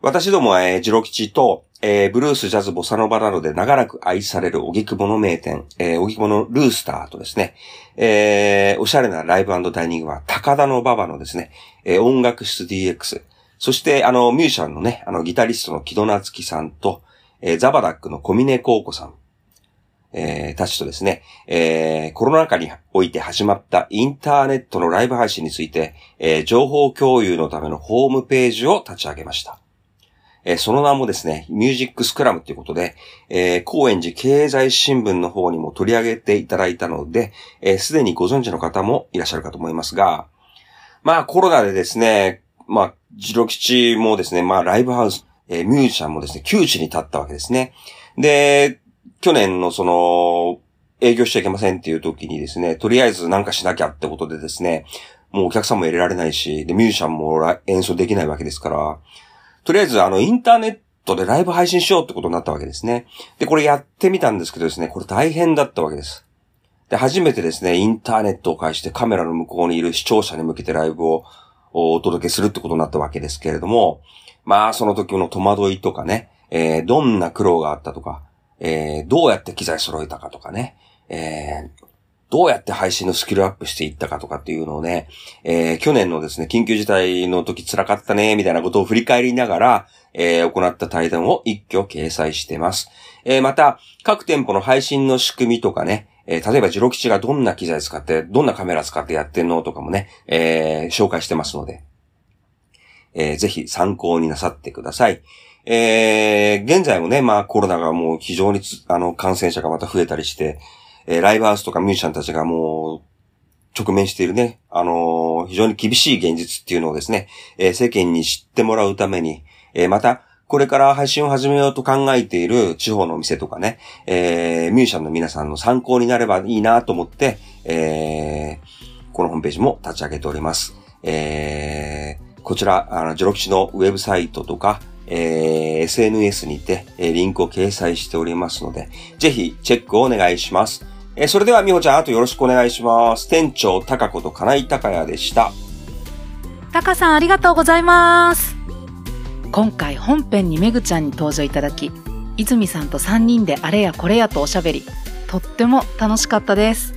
E: 私どもは、えージロキチと、えーブルース、ジャズ、ボサノバなどで長らく愛される荻窪の名店、えー、荻窪のルースターとですね、えーおしゃれなライブダイニングは高田の馬場のですね、えー音楽室 DX、そして、あの、ミュージシャンのね、あの、ギタリストの木戸夏樹さんと、えーザバダックの小峰幸子さん、えーたちとですね、えーコロナ禍において始まったインターネットのライブ配信について、えー情報共有のためのホームページを立ち上げました。えーその名もですね、ミュージックスクラムということで、えー高円寺経済新聞の方にも取り上げていただいたので、す、えー、で、にご存知の方もいらっしゃるかと思いますが、まあコロナでですね、まあ、ジロ吉もですね、まあライブハウス、えーミュージシャンもですね、窮地に立ったわけですね。で、去年のその、営業しちゃいけませんっていう時にですね、とりあえずなんかしなきゃってことでですね、もうお客さんも入れられないし、で、ミュージシャンもら演奏できないわけですから、とりあえずあの、インターネットでライブ配信しようってことになったわけですね。で、これやってみたんですけどですね、これ大変だったわけです。で、初めてですね、インターネットを介してカメラの向こうにいる視聴者に向けてライブをおお届けするってことになったわけですけれども、まあ、その時の戸惑いとかね、えーどんな苦労があったとか、えーどうやって機材揃えたかとかね、えーどうやって配信のスキルアップしていったかとかっていうのをね、えー去年のですね、緊急事態の時辛かったね、みたいなことを振り返りながら、えー行った対談を一挙掲載してます。えーまた、各店舗の配信の仕組みとかね、えー例えば、ジロ吉がどんな機材使って、どんなカメラ使ってやってんのとかもね、えー紹介してますので、えーぜひ参考になさってください。えー現在もね、まあコロナがもう非常につあの、感染者がまた増えたりして、えーライブハウスとかミュージシャンたちがもう、直面しているね、あのー非常に厳しい現実っていうのをですね、えー世間に知ってもらうために、えーまた、これから配信を始めようと考えている地方のお店とかね、えーミュージシャンの皆さんの参考になればいいなと思って、えーこのホームページも立ち上げております。えーこちら、あの、ジョロキシのウェブサイトとか、えー SNS にて、えーリンクを掲載しておりますので、ぜひチェックをお願いします。えーそれでは、みほちゃん、あとよろしくお願いします。店長、たかこと金井隆也でした。
A: タカさんありがとうございます今回本編にめぐちゃんに登場いただき泉さんと3人であれやこれやとおしゃべりとっても楽しかったです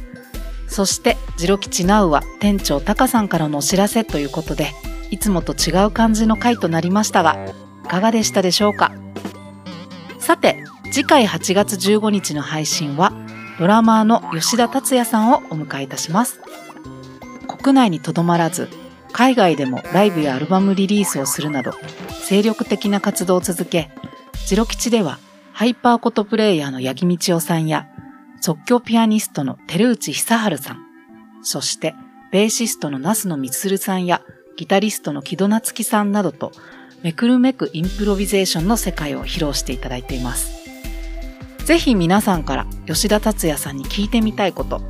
A: そしてジロ吉ナウは店長タカさんからのお知らせということでいつもと違う感じの回となりましたがいかがでしたでしょうかさて次回8月15日の配信はドラマーの吉田達也さんをお迎えいたします国内にとどまらず海外でもライブやアルバムリリースをするなど精力的な活動を続けジロ吉ではハイパーコトプレイヤーの八木道夫さんや即興ピアニストの照内久春さんそしてベーシストの那須野光さんやギタリストの木戸夏樹さんなどとめくるめくインプロビゼーションの世界を披露していただいています。ぜひ皆さんから吉田達也さんに聞いてみたいこと、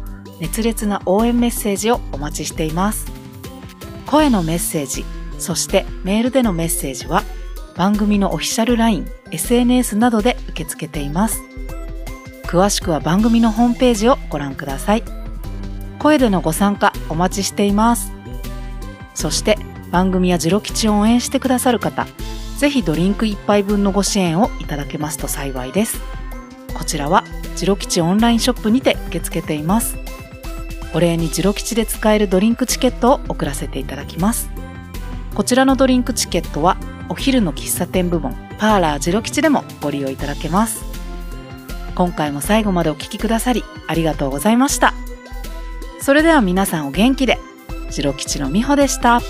A: 熱烈な応援メッセージをお待ちしています。声のメッセージ、そしてメールでのメッセージは番組のオフィシャル LINE、SNS などで受け付けています。詳しくは番組のホームページをご覧ください。声でのご参加お待ちしています。そして番組やジロ吉を応援してくださる方、ぜひドリンク1杯分のご支援をいただけますと幸いです。こちらはジロ吉オンラインショップにて受け付けています。お礼にジロ吉で使えるドリンクチケットを送らせていただきます。こちらのドリンクチケットはお昼の喫茶店部門パーラージロ吉でもご利用いただけます。今回も最後までお聞きくださりありがとうございました。それでは皆さんお元気で。ジロ吉のみほでした。